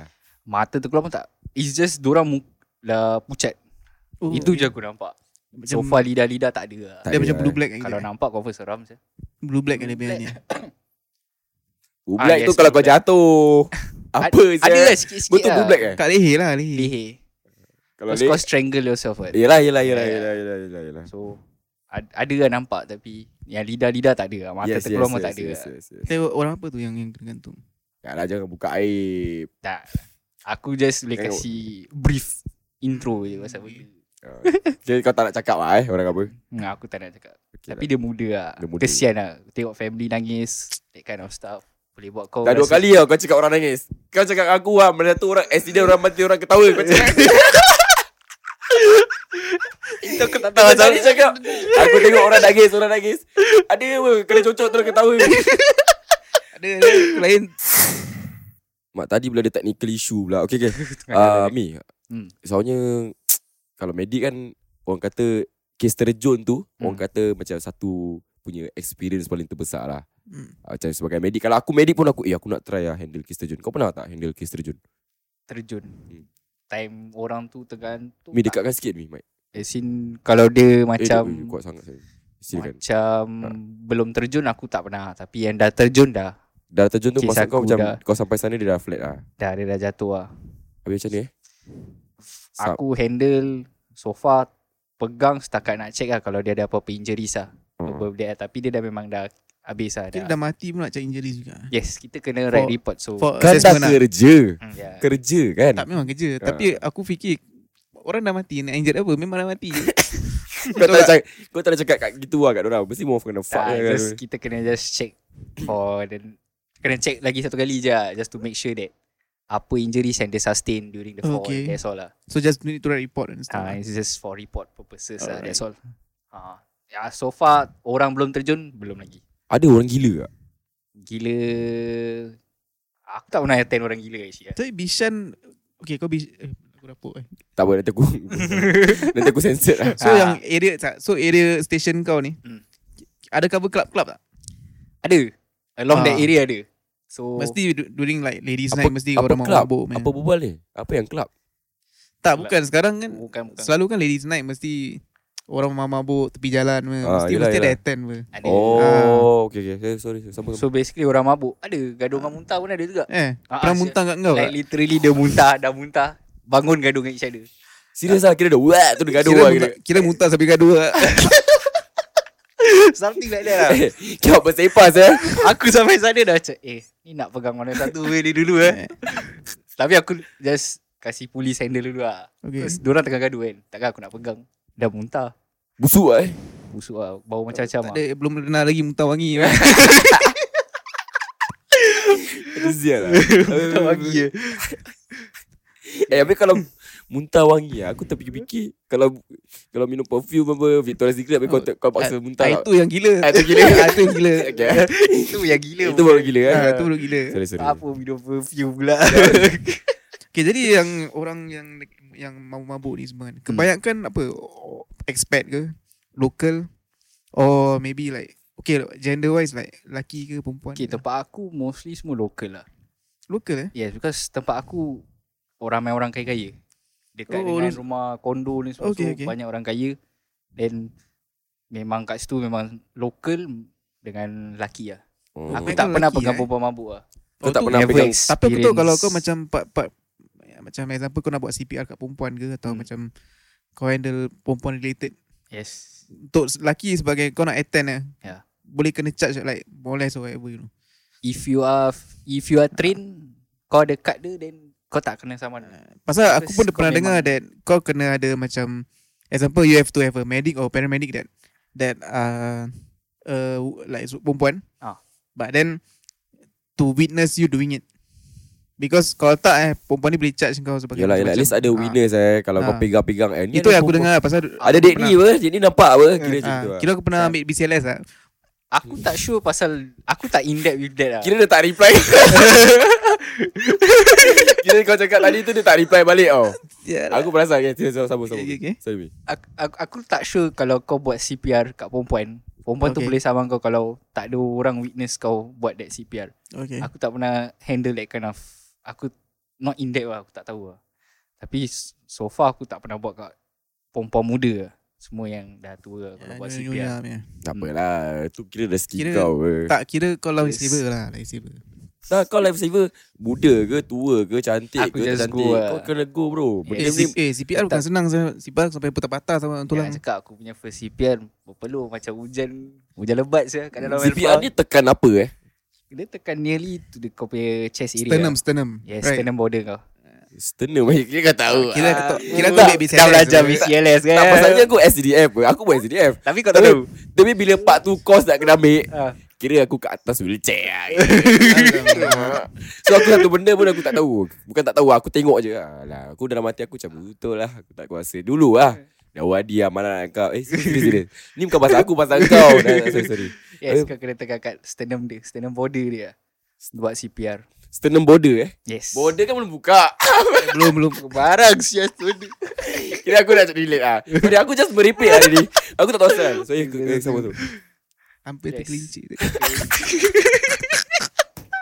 Speaker 3: Mata terkeluar pun tak It's just dorang mu, lah, pucat
Speaker 2: Oh,
Speaker 3: Itu je aku nampak
Speaker 2: Macam,
Speaker 3: So far lidah-lidah tak ada lah
Speaker 1: Tak
Speaker 2: dia
Speaker 1: ada
Speaker 2: macam
Speaker 1: lah.
Speaker 2: blue black kan.
Speaker 3: Kalau nampak confirm seram je
Speaker 2: Blue black kan dia punya ni.
Speaker 1: Blue
Speaker 3: Ah,
Speaker 1: black
Speaker 3: yes,
Speaker 1: tu kalau
Speaker 3: blue
Speaker 1: kau jatuh Apa
Speaker 3: Ad- Ada
Speaker 1: sia?
Speaker 3: lah sikit-sikit
Speaker 1: Betul blue black eh?
Speaker 2: Kat leher lah leher.
Speaker 3: Lihir
Speaker 1: Kalau
Speaker 3: Terus
Speaker 1: leh.
Speaker 3: kau strangle yourself kan
Speaker 1: Yelah yelah yelah
Speaker 3: Yeah.
Speaker 1: yelah yelah yelah. yelah.
Speaker 3: So ad- Ada lah nampak tapi Yang lidah-lidah tak ada lah Mata
Speaker 1: Yes,
Speaker 3: terkeluar
Speaker 1: yes,
Speaker 3: pun
Speaker 1: yes,
Speaker 3: tak ada
Speaker 1: Yes,
Speaker 3: lah
Speaker 1: yes, yes.
Speaker 2: Tengok orang apa tu yang yang kena gantung.
Speaker 1: Tak lah jangan buka aib.
Speaker 3: Tak Aku just boleh
Speaker 1: Tengok.
Speaker 3: kasi Brief Intro je pasal benda
Speaker 1: Ah. Jadi kau tak nak cakap lah eh orang apa.
Speaker 3: Hmm, Aku tak nak cakap
Speaker 1: Okay,
Speaker 3: Tapi dia muda lah
Speaker 1: Dia muda.
Speaker 3: Kesian lah Tengok family nangis That kind of stuff Boleh buat kau
Speaker 1: Dah dua
Speaker 3: rasa-
Speaker 1: kali tau kau cakap orang nangis. Kau cakap aku lah Mana tu orang accident orang mati orang ketawa kau cakap. Itu aku tak tahu macam mana cakap. Aku tengok orang nangis, orang nangis. Ada apa kena cocok terus ketawa.
Speaker 2: Ada ada lain.
Speaker 1: Mak tadi pula ada technical issue pula. Okay, okay. Ah, Mi.
Speaker 3: Hmm.
Speaker 1: Soalnya kalau medik kan orang kata kes terjun tu
Speaker 3: Hmm.
Speaker 1: orang kata macam satu punya experience paling terbesar lah.
Speaker 2: Hmm.
Speaker 1: Ah, Macam sebagai medik Kalau aku medik pun aku Eh aku nak try lah handle kes terjun Kau pernah tak handle kes terjun?
Speaker 3: Terjun
Speaker 1: Hmm.
Speaker 3: Time orang tu tergantung
Speaker 1: Mi dekatkan sikit Mi Mike.
Speaker 3: As in Kalau dia macam
Speaker 1: eh, dia, Kuat sangat saya Silakan Ha.
Speaker 3: Macam Belum terjun aku tak pernah Tapi yang dah terjun dah
Speaker 1: Dah terjun tu
Speaker 3: Kes
Speaker 1: masa kau
Speaker 3: aku
Speaker 1: macam
Speaker 3: dah.
Speaker 1: Kau sampai sana dia dah flat lah
Speaker 3: Dah dia dah jatuh lah
Speaker 1: Habis macam ni eh Sub.
Speaker 3: Aku handle So far Pegang setakat nak check lah Kalau dia ada apa-apa injuries lah
Speaker 1: Oh.
Speaker 3: apa dia, Tapi dia dah memang dah habis lah
Speaker 2: Kita
Speaker 3: dah.
Speaker 2: Hmm. dah mati pun nak cari injury juga
Speaker 3: Yes, kita kena write
Speaker 2: For-
Speaker 3: report so
Speaker 2: For
Speaker 1: Kan dah
Speaker 2: assessment lah
Speaker 1: kerja
Speaker 3: Hmm, yeah.
Speaker 1: Kerja kan
Speaker 2: Tak memang kerja Tapi aku fikir Orang dah mati Nak injured apa Memang dah mati je.
Speaker 1: Kau tak nak cakap Kau tak nak cakap kat gitu lah kat dorang Mesti more kena fuck
Speaker 3: Tak,
Speaker 1: kan.
Speaker 3: just kita kena just check for the kena check lagi satu kali je lah, just to make sure that apa injuries yang dia sustain during the fall.
Speaker 2: Okay.
Speaker 3: That's all lah.
Speaker 2: So just need to write report and stuff
Speaker 3: Ha, it's just for report purposes lah.
Speaker 2: Alright.
Speaker 3: That's all. Ha. Ya, so far orang belum terjun belum lagi.
Speaker 1: Ada orang gila tak?
Speaker 3: Gila Aku tak pernah attend orang gila actually.
Speaker 2: Tapi Bishan Okay kau Bishan eh, Aku dapur eh.
Speaker 1: Tak apa nanti aku Nanti aku censored lah
Speaker 2: So
Speaker 3: Ah.
Speaker 2: yang area So area station kau ni
Speaker 3: Hmm.
Speaker 2: Ada cover club-club tak?
Speaker 3: Ada. Along
Speaker 2: Ah.
Speaker 3: that area ada. So
Speaker 2: Mesti du- during like ladies
Speaker 1: Apa-
Speaker 2: night Mesti
Speaker 1: Apa
Speaker 2: orang mau
Speaker 1: club?
Speaker 2: mabuk man.
Speaker 1: Apa berbual ni? Apa yang club?
Speaker 2: Tak bukan sekarang kan
Speaker 3: Oh, bukan bukan.
Speaker 2: Selalu kan ladies night Mesti Orang mau mabuk Tepi jalan man.
Speaker 1: Ah,
Speaker 2: Mesti
Speaker 1: yelah,
Speaker 2: mesti ada
Speaker 1: yelah.
Speaker 2: attend man.
Speaker 3: Ada. Ah.
Speaker 2: ah.
Speaker 1: Oh okay okay Eh, Sorry Sambung
Speaker 3: So basically orang mabuk ada gaduh dengan muntah pun ada juga.
Speaker 2: Eh
Speaker 3: Ah,
Speaker 2: Pernah
Speaker 3: ah,
Speaker 2: muntah kat kau
Speaker 3: Like literally dia muntah Dah muntah Bangun gaduh dengan each other
Speaker 1: Serius lah kira dah Wah tu dia gaduh
Speaker 2: kira,
Speaker 1: lah
Speaker 2: muntah,
Speaker 1: kira
Speaker 2: kira muntah sampai gaduh lah
Speaker 3: Something like that lah
Speaker 1: Eh, Kau bersepas eh
Speaker 3: Aku sampai sana dah macam Eh ni nak pegang mana satu weh ni dulu eh Tapi aku just Kasih polis handle dulu lah
Speaker 2: Okay.
Speaker 3: Terus diorang tengah gaduh kan Takkan aku nak pegang Dah muntah
Speaker 1: Busuk lah eh
Speaker 3: Busuk lah Bau macam-macam
Speaker 2: Tak
Speaker 3: lah
Speaker 2: ada Belum pernah lagi muntah wangi man.
Speaker 1: Kesian lah
Speaker 3: Muntah wangi je
Speaker 1: Eh habis kalau Muntah wangi lah Aku terfikir-fikir Kalau Kalau minum perfume apa Victoria's Secret Habis
Speaker 2: Oh,
Speaker 1: kau, te- kau paksa muntah
Speaker 2: Ah, Itu yang gila
Speaker 1: Ah, itu gila.
Speaker 2: Ah, Itu yang gila
Speaker 1: Okay
Speaker 3: Itu yang gila
Speaker 1: Itu baru gila kan
Speaker 2: Ah, Itu baru gila
Speaker 1: Sorry sorry
Speaker 3: Apa minum perfume pula
Speaker 2: Okay, jadi yang orang yang yang mabuk-mabuk ni semua kan. Kebanyakan apa o- expat ke, local or maybe like okay gender wise like lelaki ke perempuan.
Speaker 3: Okay
Speaker 2: ke?
Speaker 3: tempat aku Mostly semua local lah
Speaker 2: Local eh?
Speaker 3: Yes because tempat aku Orang main orang kaya-kaya Dekat
Speaker 2: Oh,
Speaker 3: oh, dengan
Speaker 2: orang-
Speaker 3: rumah kondo ni
Speaker 2: Okay,
Speaker 3: semua okay,
Speaker 2: okay.
Speaker 3: okay. Banyak orang kaya Then Memang kat situ memang Local Dengan lelaki lah
Speaker 1: Oh.
Speaker 2: Memang
Speaker 3: Aku tak pernah
Speaker 2: lelaki
Speaker 3: pegang
Speaker 2: eh?
Speaker 3: perempuan mabuk lah
Speaker 1: Kau tak
Speaker 2: tu
Speaker 1: pernah
Speaker 3: never
Speaker 1: pegang
Speaker 3: experience.
Speaker 2: Tapi aku tahu kalau kau macam part, part ya, macam example kau nak buat CPR kat perempuan ke atau
Speaker 3: Hmm.
Speaker 2: macam kau handle perempuan related
Speaker 3: Yes
Speaker 2: untuk lelaki sebagai kau nak attend eh.
Speaker 3: Ya.
Speaker 2: Boleh kena charge like molest or whatever you know.
Speaker 3: If you are If you are trained Kau ada card dia Then kau tak kena saman
Speaker 2: Hmm. Pasal aku
Speaker 3: Because
Speaker 2: pun
Speaker 3: kau
Speaker 2: pernah dengar
Speaker 3: memang-
Speaker 2: that kau kena ada macam example you have to have a medic or paramedic that that uh, uh like su- perempuan.
Speaker 3: Ah.
Speaker 2: But then to witness you doing it. Because kalau tak eh perempuan ni boleh charge kau sebagai
Speaker 1: Yelah yelah At
Speaker 2: macam-
Speaker 1: least ada
Speaker 2: Ah.
Speaker 1: winners eh Kalau kau
Speaker 2: Ah.
Speaker 1: pegang-pegang eh, ni
Speaker 2: Itu
Speaker 1: ada
Speaker 2: yang aku
Speaker 1: perempuan.
Speaker 2: dengar pasal
Speaker 1: Ada
Speaker 2: aku
Speaker 1: dek ni
Speaker 2: pernah-
Speaker 1: apa Dek ni nampak apa Kira macam
Speaker 2: Ah,
Speaker 1: tu lah
Speaker 2: Kira aku pernah ambil BCLS lah
Speaker 3: Aku tak sure pasal Aku tak in depth with that lah
Speaker 1: Kira dia tak reply Kira kau cakap tadi tu Dia tak reply balik tau Aku perasan okay, Serius sambung sambung
Speaker 2: Okay, okay.
Speaker 1: Sorry Min.
Speaker 3: aku, aku, aku tak sure kalau kau buat CPR kat perempuan Perempuan okay. tu
Speaker 2: Okay.
Speaker 3: boleh saman kau kalau tak ada orang witness kau buat that CPR
Speaker 2: Okay
Speaker 3: Aku tak pernah handle that kind of Aku not in depth lah Aku tak tahu lah Tapi s- so far aku tak pernah buat kat Perempuan muda lah Semua yang dah tua lah Kalau buat
Speaker 2: New-
Speaker 3: CPR
Speaker 2: New Year punya.
Speaker 1: Tak apalah Tu kira rezeki
Speaker 2: Kira-
Speaker 1: kau eh.
Speaker 2: Tak kira kau lawan
Speaker 3: Yes.
Speaker 2: saber lah Lifesaver
Speaker 1: Nah, kau lifesaver Muda ke tua ke Cantik ke
Speaker 3: Aku just
Speaker 1: tak cantik
Speaker 3: go lah.
Speaker 1: Kau kena go bro Benda
Speaker 2: Eh,
Speaker 3: Yes.
Speaker 1: ni
Speaker 2: C- eh CPR bukan senang saya- CPR sampai patah-patah sama
Speaker 3: Jangan
Speaker 2: tulang
Speaker 3: Ya, cakap aku punya first CPR Berpeluh macam hujan Hujan lebat saya kat dalam
Speaker 1: CPR ni
Speaker 3: dia
Speaker 1: tekan apa eh
Speaker 3: Dia tekan nearly to the kau punya chest area
Speaker 2: Sternum Sternum
Speaker 3: lah. Yes, right. sternum border kau
Speaker 1: Sternum eh. Kira kau tahu
Speaker 2: Kira aku Ah, tak- kira aku
Speaker 1: tak-
Speaker 2: ambil BCLS
Speaker 3: Dah belajar
Speaker 2: tu.
Speaker 3: BCLS kan
Speaker 1: Tak pasalnya aku SDF eh. Aku bukan SDF
Speaker 3: Tapi kau tak tahu
Speaker 1: Tapi bila part tu Kos nak kena ambil
Speaker 3: Ah.
Speaker 1: Kira aku kat atas wheelchair lah. So aku satu benda pun aku tak tahu Bukan tak tahu Aku tengok je Alah, Aku dalam hati aku macam Betul lah Aku tak kuasa Dulu lah Dah wadi lah Mana nak kau Eh serius serius Ni bukan pasal aku Pasal kau Dah, dah, Sorry sorry
Speaker 3: Yes, kau kena tekan kat sternum dia Sternum border dia Buat CPR
Speaker 1: Sternum border eh
Speaker 3: Yes
Speaker 1: Border kan belum buka
Speaker 2: Belum belum
Speaker 3: Barang sia sternum
Speaker 1: Kira aku nak relate lah Sorry aku just meripik lah tadi Aku tak tahu asal Sorry aku eh, sama tu
Speaker 2: Hampir
Speaker 3: Yes.
Speaker 2: tergelincir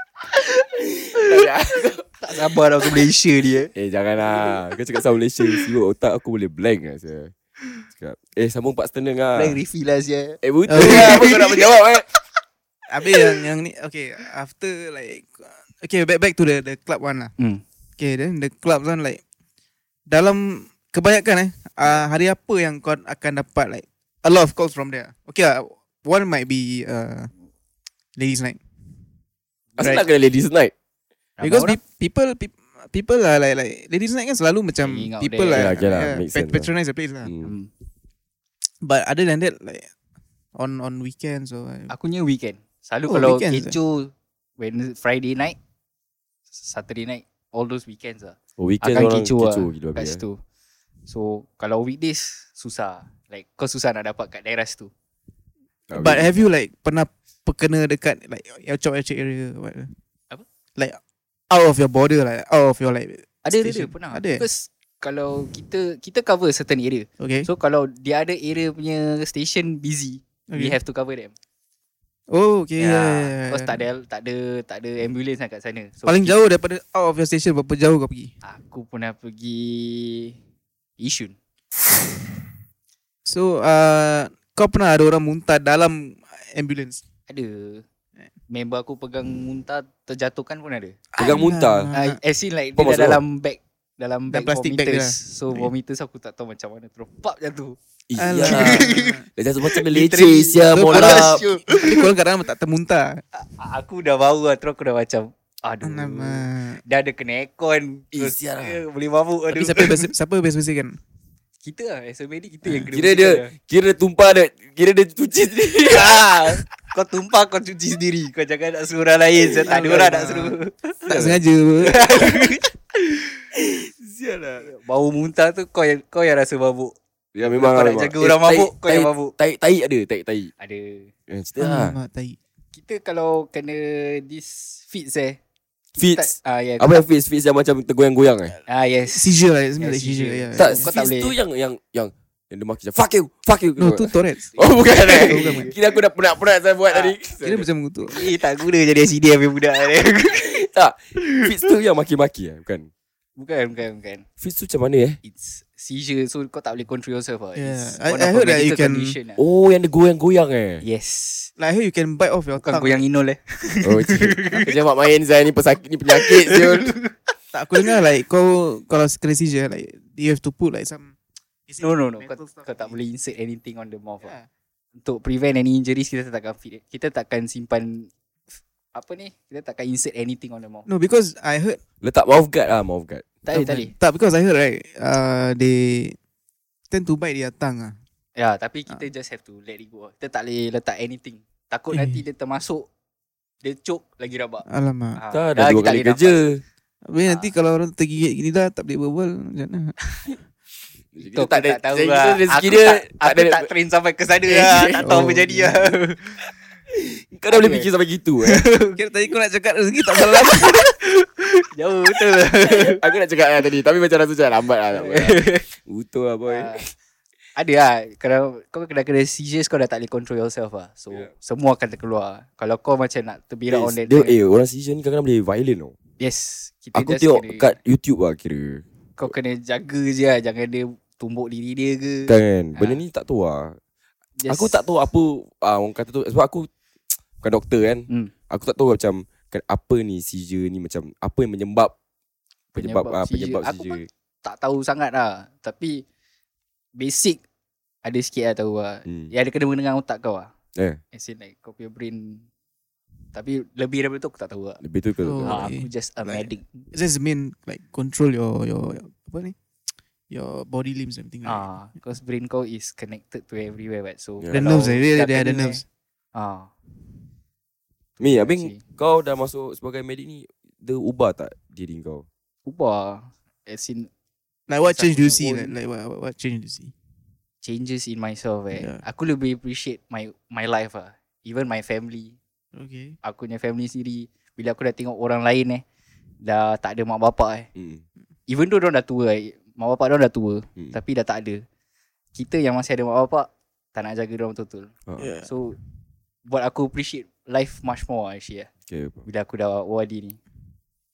Speaker 1: Tak ada.
Speaker 3: Tak sabar tau ke Malaysia dia
Speaker 1: Eh jangan lah Kau cakap sama Malaysia Siwa otak aku boleh blank lah saya. Cakap Eh sambung part sternum lah
Speaker 3: Blank refill lah sia
Speaker 1: Eh betul
Speaker 2: Okay.
Speaker 1: lah Apa kau nak menjawab eh
Speaker 2: Habis yang yang ni Okay after like Okay back back to the the club one lah
Speaker 3: Hmm.
Speaker 2: Okay then the club one like Dalam Kebanyakan eh uh, Hari apa yang kau akan dapat like A lot of calls from there Okay lah One might be uh, ladies night.
Speaker 1: Asal nak kena ladies night
Speaker 2: Because pe- people pe- people lah like like ladies night kan selalu macam
Speaker 3: Hanging out
Speaker 2: people
Speaker 3: there.
Speaker 2: lah,
Speaker 1: Yeah, okay lah,
Speaker 2: yeah,
Speaker 1: makes sense
Speaker 2: pat-
Speaker 1: lah.
Speaker 2: patronize the
Speaker 3: Ah.
Speaker 2: place lah.
Speaker 1: hmm.
Speaker 2: But other than that like on on weekends or
Speaker 3: Aku punya weekend. Selalu
Speaker 2: Oh,
Speaker 3: oh, kalau
Speaker 2: weekends
Speaker 3: kecoh when Friday night, Saturday night, all those weekends lah.
Speaker 1: Oh weekend
Speaker 3: Akan
Speaker 1: orang
Speaker 3: kecoh
Speaker 1: kecoh
Speaker 3: lah
Speaker 1: gila
Speaker 3: kat
Speaker 1: babi, eh.
Speaker 3: situ. So kalau weekdays susah. Like kau susah nak dapat kat daerah situ.
Speaker 1: Ah,
Speaker 2: But
Speaker 1: weekend.
Speaker 2: have you like pernah perkena dekat like your job area or what?
Speaker 3: Apa?
Speaker 2: Like out of your border like out of your like
Speaker 3: Ada ada, ada
Speaker 2: Station.
Speaker 3: pernah.
Speaker 2: Ada, eh?
Speaker 3: lah. Because kalau kita kita cover certain area.
Speaker 2: okay.
Speaker 3: So kalau the other area punya station busy, okay. we
Speaker 2: Okay.
Speaker 3: have to cover them.
Speaker 2: oh okay. Yeah. yeah, yeah, yeah.
Speaker 3: Because Ya, tak ada tak ada tak ada ambulance lah kat sana. So
Speaker 2: Paling
Speaker 3: kita-
Speaker 2: jauh daripada out of your station berapa jauh kau pergi?
Speaker 3: Aku pernah pergi Yishun.
Speaker 2: So uh, kau pernah ada orang muntah dalam ambulance?
Speaker 3: Ada member aku pegang muntah terjatuhkan pun ada.
Speaker 1: Pegang
Speaker 2: Alah.
Speaker 1: muntah?
Speaker 3: Uh, as in like
Speaker 1: Kau
Speaker 3: dia
Speaker 1: masuk
Speaker 3: dah dalam bag dalam
Speaker 2: Dah
Speaker 3: bag
Speaker 2: Ah. plastic bag dia
Speaker 3: vomiters.
Speaker 2: lah.
Speaker 3: So
Speaker 2: Okay.
Speaker 3: vomiters aku tak tahu macam mana terus pap jatuh.
Speaker 1: Iya
Speaker 2: Alah.
Speaker 1: Dah jatuh macam ya. dia leceh
Speaker 3: Literally.
Speaker 1: Sia
Speaker 2: So,
Speaker 1: molap
Speaker 2: Sure. Tapi korang kadang tak termuntah.
Speaker 3: A- Aku dah bau lah terus aku dah macam aduh.
Speaker 2: Alamak.
Speaker 3: Dah ada kena aircon.
Speaker 1: Eh,
Speaker 3: Terus,
Speaker 1: sial lah.
Speaker 3: eh, boleh mabuk
Speaker 2: Tapi
Speaker 3: aduh.
Speaker 2: siapa best, siapa best bersihkan?
Speaker 3: kita lah as a medic kita yang kena.
Speaker 1: Kira
Speaker 3: bersihkan
Speaker 1: dia
Speaker 3: lah.
Speaker 1: Kira dia tumpah dia Kira dia cuci sendiri
Speaker 3: Ah, kau tumpah kau cuci sendiri. Kau jangan nak suruh orang lain. Saya tak ada orang nak suruh.
Speaker 2: Tak sengaja.
Speaker 3: Ya. Sial lah. Bau muntah tu kau yang kau yang rasa mabuk.
Speaker 1: Ya memang
Speaker 3: Kau
Speaker 1: lah,
Speaker 3: nak
Speaker 1: memang.
Speaker 3: jaga
Speaker 2: Eh,
Speaker 3: orang
Speaker 1: tai-
Speaker 3: mabuk, kau yang
Speaker 1: tai-
Speaker 3: mabuk.
Speaker 1: Tai tai ada Tai tai
Speaker 3: Ada.
Speaker 1: Eh, Cerita
Speaker 3: Ah,
Speaker 1: lah
Speaker 2: Alamak, tai.
Speaker 3: Kita kalau kena this fits eh. kita
Speaker 1: Fits
Speaker 3: tak- Ah yeah.
Speaker 1: Apa yang fits Fits yang macam tergoyang-goyang eh
Speaker 3: Ah yes.
Speaker 2: Seizure lah. Sebenarnya
Speaker 3: Yeah,
Speaker 2: like seizure.
Speaker 3: seizure.
Speaker 2: Yeah.
Speaker 1: Tak
Speaker 3: Kau tak
Speaker 1: Fits
Speaker 3: boleh.
Speaker 1: tu yang Yang yang yang dia maki macam Fuck you Fuck you
Speaker 2: No, tu Tourette's.
Speaker 1: Oh bukan eh
Speaker 2: Oh, bukan, bukan.
Speaker 1: Kira aku dah penat-penat Saya buat tadi
Speaker 2: Kira macam tu.
Speaker 3: Eh tak guna jadi SDM yang budak ni.
Speaker 1: Tak Fits tu yang maki-maki eh Bukan
Speaker 3: bukan bukan bukan.
Speaker 1: Fits tu macam mana eh
Speaker 3: It's seizure so kau tak boleh control yourself lah.
Speaker 2: Yeah.
Speaker 3: It's
Speaker 2: I-
Speaker 3: one
Speaker 2: I
Speaker 3: of a
Speaker 2: heard that you
Speaker 3: medical
Speaker 2: can-
Speaker 3: condition lah.
Speaker 1: Oh yang dia goyang-goyang eh
Speaker 3: Yes.
Speaker 2: Like here you can bite off your
Speaker 3: Bukan
Speaker 2: tongue.
Speaker 3: goyang inol eh.
Speaker 1: Oh cik. Kerja buat main Zain ni pesakit Ni penyakit Zul
Speaker 2: Tak aku dengar like kau kalau kena seizure like you have to put like some
Speaker 3: No no no.
Speaker 2: Metal
Speaker 3: Kau,
Speaker 2: stuff
Speaker 3: kau tak
Speaker 2: ni.
Speaker 3: boleh insert anything on the mouth. lah.
Speaker 2: Yeah.
Speaker 3: Untuk prevent any injuries kita takkan fit- kita takkan simpan apa ni? Kita takkan insert anything on the mouth.
Speaker 2: No because I heard
Speaker 1: Letak mouth guard lah Mouth guard
Speaker 3: Tak boleh, tak boleh.
Speaker 2: Tak because I heard right uh, They Tend to bite their tongue ah.
Speaker 3: Ya, tapi kita just have to let it go. Kita tak boleh letak anything. Takut
Speaker 2: Eh.
Speaker 3: nanti dia termasuk dia choke lagi rabak.
Speaker 2: Alamak
Speaker 3: Ha,
Speaker 1: Tak dah
Speaker 3: kita
Speaker 1: dua kali
Speaker 3: boleh nafas.
Speaker 1: kerja
Speaker 2: Habis
Speaker 3: Ah.
Speaker 2: nanti kalau orang tergigit gini dah Tak boleh berbual Macam mana
Speaker 1: Jadi
Speaker 3: Itu
Speaker 1: dia
Speaker 3: tak, tak tahu
Speaker 1: jadi
Speaker 3: lah.
Speaker 1: tu Rezeki
Speaker 3: Aku
Speaker 1: dia
Speaker 3: tak, aku
Speaker 1: ada-
Speaker 3: tak train sampai ke sana lah. Tak tahu apa
Speaker 2: Oh.
Speaker 3: jadi lah.
Speaker 1: Kau dah boleh fikir sampai gitu eh.
Speaker 2: Kira tadi kau nak cakap rezeki tak salah
Speaker 3: Jauh betul.
Speaker 1: Aku nak cakap lah tadi Tapi macam rasa macam lambat lah tak apa lah. Utuh lah boy
Speaker 3: Ah, ada lah. Kalau kau kena kena seizures kau dah tak boleh control yourself lah. So
Speaker 1: Yeah.
Speaker 3: semua akan terkeluar. Kalau kau macam nak terbirak on
Speaker 1: Yes,
Speaker 3: that.
Speaker 1: dia,
Speaker 3: track,
Speaker 1: eh, orang seizure ni kadang-kadang boleh violent tau
Speaker 3: yes. Kita
Speaker 1: Aku
Speaker 3: just
Speaker 1: tengok
Speaker 3: kena,
Speaker 1: kat YouTube lah kira
Speaker 3: Kau kena jaga je lah. Jangan dia tumbuk diri dia ke.
Speaker 1: Kan Benda
Speaker 3: Ah.
Speaker 1: ni tak tahu lah
Speaker 3: Just-
Speaker 1: Aku tak tahu apa ah, Orang kata tu Sebab aku Bukan dokter kan
Speaker 3: Hmm.
Speaker 1: Aku tak tahu macam kan, Apa ni seizure ni Macam Apa yang menyebab Penyebab Penyebab,
Speaker 3: Penyebab
Speaker 1: ah,
Speaker 3: seizure.
Speaker 1: penyebab
Speaker 3: Aku
Speaker 1: seizure
Speaker 3: tak tahu sangat lah. Tapi basic ada sikit lah tahu lah.
Speaker 1: Hmm.
Speaker 3: Ya ada kena mengena dengan otak kau lah.
Speaker 1: Eh.
Speaker 3: As in like kau punya brain. Tapi lebih daripada tu aku tak tahu lah.
Speaker 1: Lebih tu kau
Speaker 2: Oh,
Speaker 1: tahu
Speaker 3: Ha,
Speaker 2: okay.
Speaker 3: aku just a
Speaker 2: Like-
Speaker 3: medic.
Speaker 2: Just mean Like control your Your, your Apa ni Your body limbs and everything right?
Speaker 3: Ah, because brain kau is connected to everywhere right. So
Speaker 1: Yeah.
Speaker 2: The
Speaker 3: kalau
Speaker 2: nerves eh Dia
Speaker 3: dah
Speaker 2: dia ada
Speaker 3: kena,
Speaker 2: nerves
Speaker 3: Ah.
Speaker 1: Mi abang
Speaker 3: Actually.
Speaker 1: Kau dah masuk sebagai medik ni Dia ubah tak diri kau
Speaker 3: Ubah. As in
Speaker 2: Like what change do you
Speaker 3: Satu
Speaker 2: see
Speaker 3: own-
Speaker 2: Like, like what, what, what change do you see
Speaker 3: changes in myself eh.
Speaker 2: Yeah.
Speaker 3: Aku lebih appreciate my my life ah. Even my family.
Speaker 2: Okay
Speaker 3: Aku punya family sendiri. Bila aku dah tengok orang lain eh. Dah tak ada mak bapak eh.
Speaker 1: hmm.
Speaker 3: Even though diorang dah tua eh. Mak bapak diorang dah tua
Speaker 1: Hmm.
Speaker 3: Tapi dah tak ada Kita yang masih ada mak bapak Tak nak jaga diorang betul-betul
Speaker 1: Ha,
Speaker 2: Yeah.
Speaker 3: So Buat aku appreciate Life much more actually eh,
Speaker 1: okay.
Speaker 3: Bila aku dah OAD ni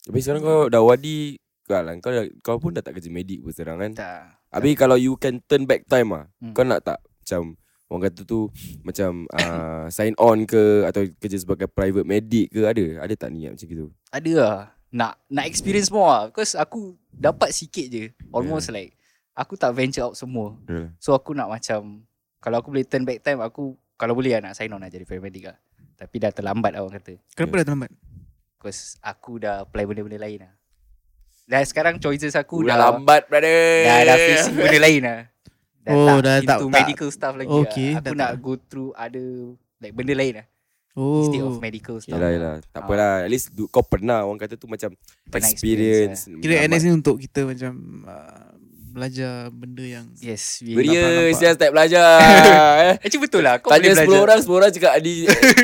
Speaker 1: Tapi sekarang kau dah wadi Kau lah kau, dah, kau pun dah tak kerja medik pun sekarang kan
Speaker 3: Tak
Speaker 1: Habis kalau you can turn back time ah, hmm.
Speaker 3: Hmm.
Speaker 1: kau nak tak macam orang kata tu macam uh, sign on ke atau kerja sebagai private medic ke ada? Ada tak niat macam gitu?
Speaker 3: Ada lah Nak nak experience more lah Because aku Dapat sikit je Almost yeah. like Aku tak venture out semua
Speaker 1: Yalah.
Speaker 3: So aku nak macam Kalau aku boleh turn back time Aku Kalau boleh lah nak sign on lah Jadi paramedic lah Tapi dah terlambat lah orang kata
Speaker 2: Kenapa dah terlambat?
Speaker 3: Because aku dah apply benda-benda lain lah Dah sekarang choices aku
Speaker 1: Udah
Speaker 3: dah
Speaker 1: lambat brother
Speaker 3: Dah dah facing benda lain lah Dah
Speaker 2: Oh,
Speaker 3: tak
Speaker 2: dah tak-
Speaker 3: into
Speaker 2: tak-
Speaker 3: medical stuff lagi
Speaker 2: Okay,
Speaker 3: lah. Aku
Speaker 2: dah
Speaker 3: nak
Speaker 2: tak-
Speaker 3: go through other Like benda lain lah
Speaker 2: Oh.
Speaker 3: Instead of medical stuff
Speaker 1: Yelah yelah Tak apalah At least du- kau pernah Orang kata tu macam
Speaker 3: Ah. Pernah
Speaker 1: Experience,
Speaker 3: experience,
Speaker 2: Kira
Speaker 3: eh.
Speaker 2: NS ni untuk kita macam uh, belajar benda yang
Speaker 3: Yes we
Speaker 1: Beria
Speaker 2: Nampak, nampak.
Speaker 1: Sias tak belajar eh.
Speaker 3: Actually betul lah Kau
Speaker 1: Tanya 10
Speaker 3: boleh belajar
Speaker 1: orang 10 orang cakap Adi,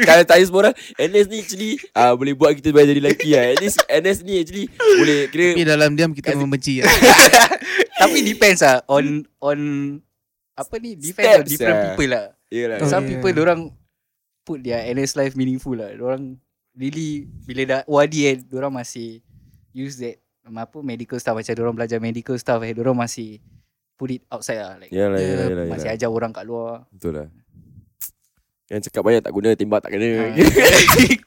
Speaker 1: Kalau tanya 10 orang NS ni actually uh, Boleh buat kita Biar jadi lelaki lah At least NS ni actually Boleh kira
Speaker 2: tapi dalam diam kita membenci lah.
Speaker 3: Tapi depends lah On On Apa ni Depends on
Speaker 1: Steps,
Speaker 3: different
Speaker 1: ah.
Speaker 3: people lah
Speaker 1: Yelah
Speaker 2: Oh,
Speaker 3: Some
Speaker 2: yeah.
Speaker 3: people orang Put their NS life meaningful lah Orang Really Bila dah ORD kan Diorang masih Use that um, Apa medical stuff Macam orang belajar medical stuff eh, Diorang masih Put it outside lah like,
Speaker 1: Yalah, yalah, yalah,
Speaker 3: Masih
Speaker 1: yalah.
Speaker 3: ajar orang kat luar
Speaker 1: Betul lah Yang cakap banyak tak guna Tembak tak kena
Speaker 3: Ah.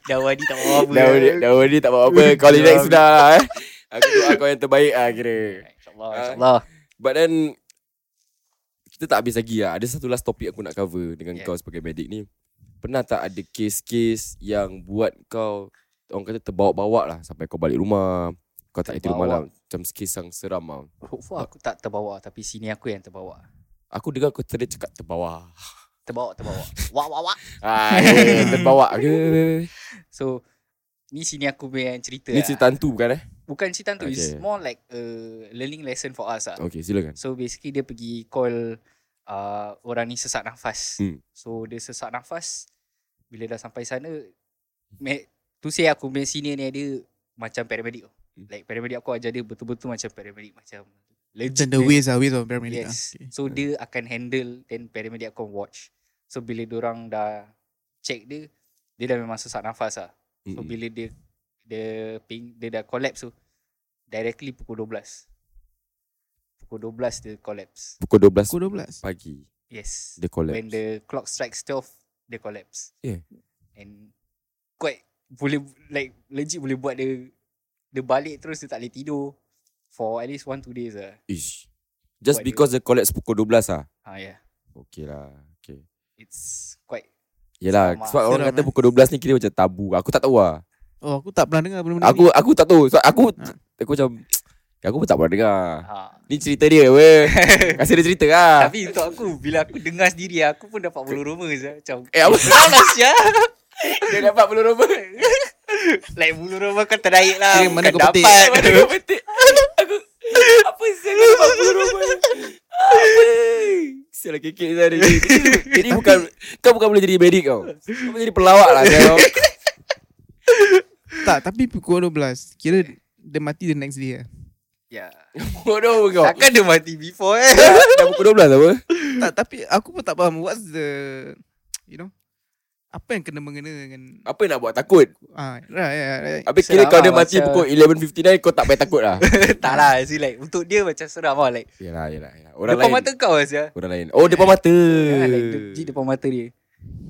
Speaker 3: Dah ORD tak apa apa
Speaker 1: Dah ni Dah ni tak apa-apa Kau relax sudah lah eh. Aku doa kau yang terbaik lah kira
Speaker 3: InsyaAllah
Speaker 1: Ah.
Speaker 3: InsyaAllah
Speaker 1: But then Kita tak habis lagi lah Ada satu last topik aku nak cover Dengan yeah.
Speaker 3: Yeah.
Speaker 1: kau sebagai medik ni Pernah tak ada kes-kes Yang buat kau Orang kata terbawa-bawa lah Sampai kau balik rumah Kau tak boleh tidur
Speaker 3: Terbawa.
Speaker 1: malam Macam kes yang seram lah
Speaker 3: Hopeful aku tak terbawa Tapi sini aku yang terbawa
Speaker 1: Aku dengar kau tadi cakap terbawa
Speaker 3: Terbawa terbawa Wah wah wah
Speaker 1: ah, yeah, Terbawa ke
Speaker 3: So Ni sini aku punya cerita
Speaker 1: Ni
Speaker 3: lah.
Speaker 1: cerita hantu bukan eh
Speaker 3: Bukan cerita tu It's
Speaker 1: Okay.
Speaker 3: more like a Learning lesson for us lah
Speaker 1: Okay silakan
Speaker 3: So basically dia pergi call uh, orang ni sesak nafas.
Speaker 1: Hmm.
Speaker 3: Hmm. So dia sesak nafas. Bila dah sampai sana, me, tu saya aku punya senior ni dia macam paramedic.
Speaker 1: Hmm.
Speaker 3: Hmm. Like paramedic aku ajar dia betul-betul macam paramedic. Macam
Speaker 2: Macam
Speaker 3: legit.
Speaker 2: the
Speaker 3: dia.
Speaker 2: ways lah, ways of paramedic lah.
Speaker 3: Yes. So dia akan handle then paramedic akan watch. So bila orang dah check dia, dia dah memang sesak nafas lah. So
Speaker 1: Mm-mm.
Speaker 3: bila dia dia ping dia dah collapse tu directly pukul 12. Pukul 12 dia collapse.
Speaker 1: Pukul 12
Speaker 2: Pukul 12.
Speaker 1: pagi
Speaker 3: Yes.
Speaker 1: Dia collapse
Speaker 3: When the clock strikes 12 dia collapse.
Speaker 1: Yeah.
Speaker 3: And quite boleh like legit boleh buat dia dia balik terus dia tak boleh tidur for at least one two days lah.
Speaker 1: Ish Just
Speaker 3: What
Speaker 1: because dia collapse pukul 12 lah
Speaker 3: Ha yeah.
Speaker 1: Okay lah Okay
Speaker 3: It's quite
Speaker 1: Yelah
Speaker 3: Sama.
Speaker 1: sebab orang
Speaker 2: Seram,
Speaker 1: kata
Speaker 2: eh.
Speaker 1: pukul 12 ni kira macam tabu. Aku tak tahu lah.
Speaker 2: Oh aku tak pernah dengar benda-benda
Speaker 1: Aku aku tak tahu. So aku
Speaker 2: Ha.
Speaker 1: aku macam aku pun tak pernah dengar.
Speaker 3: ha.
Speaker 1: Ni cerita dia weh. Kasi dia cerita lah.
Speaker 3: Tapi untuk aku Bila aku dengar sendiri Aku pun dapat bulu roma je Macam
Speaker 1: Eh, apa?
Speaker 3: Panas ya
Speaker 1: dia dapat belum rumah.
Speaker 3: Like bulu roma kau terdaik lah
Speaker 2: Kira mana
Speaker 3: Bukan
Speaker 2: kau petik.
Speaker 3: dapat
Speaker 1: Mana kau petik? Aku apa sih aku dapat belum rumah? Apa? Sial kekek saya ni. Jadi bukan kau bukan boleh jadi medik kau. Kau boleh jadi pelawak lah kau.
Speaker 2: Tak tapi pukul 12 Kira dia mati the next day lah.
Speaker 3: Ya
Speaker 1: Bodoh kau.
Speaker 3: Takkan dia mati before eh
Speaker 1: Dah pukul 12 apa?
Speaker 2: Tak tapi aku pun tak faham What's the You know Apa yang kena mengena dengan
Speaker 1: Apa yang nak buat takut?
Speaker 2: Ah, right, right, right.
Speaker 1: Habis kira kau
Speaker 3: Seram
Speaker 1: dia
Speaker 3: lah
Speaker 1: mati
Speaker 3: macam-
Speaker 1: pukul 11.59 kau tak payah takut lah.
Speaker 3: Tak lah see, like, Untuk dia macam seram lah like,
Speaker 1: Yalah, yalah, yalah. Orang
Speaker 3: Depan
Speaker 1: lain.
Speaker 3: mata kau Asya
Speaker 1: Orang lain. Oh, depan mata.
Speaker 3: yeah, like, legit depan mata dia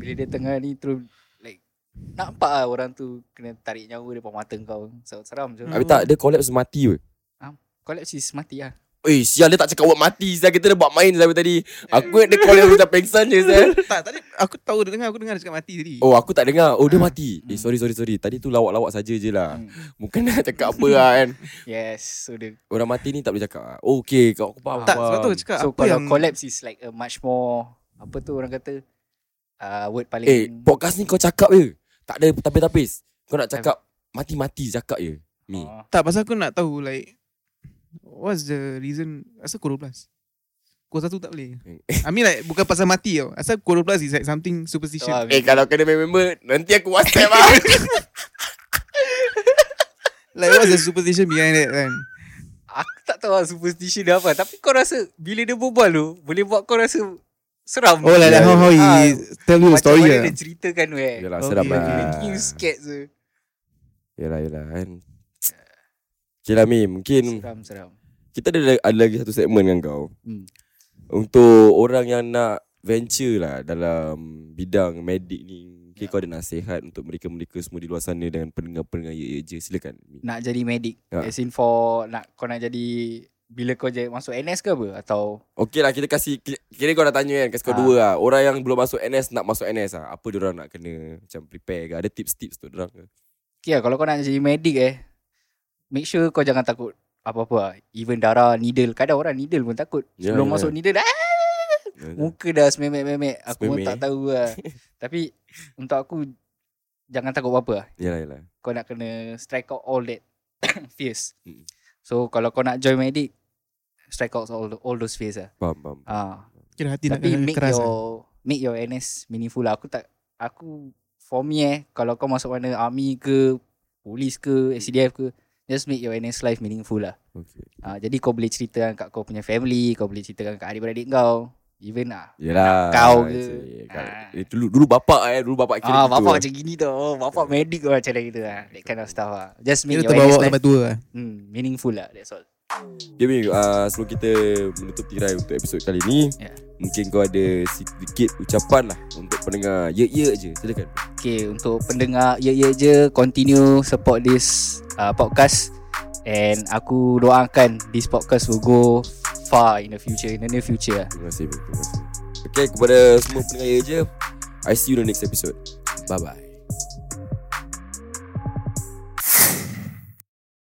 Speaker 3: Bila dia tengah ni Terus like Nampak lah orang tu Kena tarik nyawa depan mata kau so, Seram je Ah,
Speaker 1: Habis tak, dia collapse mati weh.
Speaker 3: Collapse is mati lah
Speaker 1: Eh, sial dia tak cakap word mati. Sial kita dah buat main sampai tadi. Aku ingat dia collapse macam pengsan je,
Speaker 3: eh?
Speaker 1: sial.
Speaker 2: tak tadi aku tahu dia dengar aku dengar dia cakap mati tadi.
Speaker 1: Oh, aku tak dengar. Oh, dia mati. Eh, sorry, sorry, sorry. Tadi tu lawak-lawak saja je lah.
Speaker 3: Hmm.
Speaker 1: Bukan nak cakap apa lah kan.
Speaker 3: Yes So dia
Speaker 1: Orang mati ni tak boleh cakap. lah. Oh, okay. Kau aku faham. faham.
Speaker 2: tak Ah, sebab tu aku cakap
Speaker 3: So
Speaker 2: apa
Speaker 3: kalau
Speaker 2: yang
Speaker 3: yang... collapse is like a much more apa tu orang kata uh, word paling
Speaker 1: Eh, podcast ni kau cakap je. Tak ada tapis-tapis. Kau nak cakap mati-mati cakap je. Ni.
Speaker 3: Ah,
Speaker 2: tak pasal aku nak tahu like what's the reason asal pukul 12? Pukul 1 tak boleh. I mean like bukan pasal mati tau. Asal pukul 12 is like something
Speaker 3: tu
Speaker 2: superstition.
Speaker 3: lah,
Speaker 1: Eh, kalau kena member, nanti aku WhatsApp lah.
Speaker 2: like what's the superstition behind that kan?
Speaker 3: aku tak tahu lah superstition dia apa tapi kau rasa bila dia berbual tu boleh buat kau rasa seram.
Speaker 2: Oh like, like how how he
Speaker 3: Ah,
Speaker 2: tell you the
Speaker 3: macam
Speaker 2: story
Speaker 3: mana
Speaker 2: lah.
Speaker 3: dia ceritakan tu eh.
Speaker 1: Yalah,
Speaker 2: Okay,
Speaker 1: sedap
Speaker 2: okay.
Speaker 1: lah.
Speaker 3: Making you scared tu.
Speaker 1: Yelah yelah kan Okay lah Mi Mungkin
Speaker 3: Seram seram.
Speaker 1: Kita ada, ada lagi satu segmen dengan kau
Speaker 3: Hmm.
Speaker 1: Untuk orang yang nak Venture lah Dalam Bidang medik ni Mungkin
Speaker 3: Ya.
Speaker 1: kau ada nasihat Untuk mereka-mereka semua di luar sana Dan pendengar-pendengar ye je ya Silakan Mi.
Speaker 3: Nak jadi medic.
Speaker 1: Ya.
Speaker 3: As in for nak kau nak jadi bila kau jadi masuk NS ke apa atau
Speaker 1: Okey lah kita kasih ki- Kira kau dah tanya kan Kasih kau
Speaker 3: Ah.
Speaker 1: dua lah Orang yang belum masuk NS Nak masuk NS lah Apa diorang nak kena Macam prepare ke Ada tips-tips tu diorang ke
Speaker 3: okay, lah, kalau kau nak jadi medik eh make sure kau jangan takut apa-apa lah. even darah needle kadang orang needle pun takut
Speaker 1: Ya,
Speaker 3: sebelum
Speaker 1: ya,
Speaker 3: masuk needle ah, muka dah sememek-memek aku pun
Speaker 1: Sememek.
Speaker 3: tak tahu lah tapi untuk aku jangan takut apa-apa lah.
Speaker 1: Yalah yalah
Speaker 3: kau nak kena strike out all that fears
Speaker 2: Hmm.
Speaker 1: Mm.
Speaker 3: so kalau kau nak join medik strike out all, the, all those fears lah
Speaker 1: Faham faham
Speaker 3: ah.
Speaker 2: Kira hati nak
Speaker 3: Tapi
Speaker 2: kena
Speaker 3: make
Speaker 2: keras
Speaker 3: your
Speaker 2: lah.
Speaker 3: make your NS meaningful lah. Aku tak aku for me eh kalau kau masuk mana army ke polis
Speaker 2: Hmm.
Speaker 3: ke SCDF ke just make your NS life meaningful lah.
Speaker 1: Okay
Speaker 3: Uh, jadi kau boleh ceritakan kat kau punya family, kau boleh ceritakan kat adik-beradik kau. Even lah.
Speaker 1: Yalah
Speaker 3: kau ke?
Speaker 1: Saya- kau-
Speaker 3: Ah.
Speaker 1: eh, dulu, dulu bapak eh Dulu bapak kira
Speaker 3: Ah,
Speaker 1: gitu
Speaker 3: bapak
Speaker 1: lah.
Speaker 3: macam gini tau. Oh, bapak medik lah macam gitu lah. That kind of stuff lah. Just
Speaker 2: Kira
Speaker 3: make your
Speaker 2: terbawa
Speaker 3: NS life
Speaker 2: sampai tua lah.
Speaker 3: hmm, meaningful lah. That's all.
Speaker 1: Okay Ming uh, Sebelum kita menutup tirai Untuk episod kali ni
Speaker 3: Ya.
Speaker 1: Mungkin kau ada Sedikit ucapan lah Untuk pendengar Ya ya je Silakan
Speaker 3: Okay, untuk pendengar Ye Ye Je continue support this uh, podcast and aku doakan this podcast will go far in the future, in the near future. lah.
Speaker 1: Terima kasih Ming Terima kasih Okay kepada semua pendengar Ya je I see you in the next episode Bye bye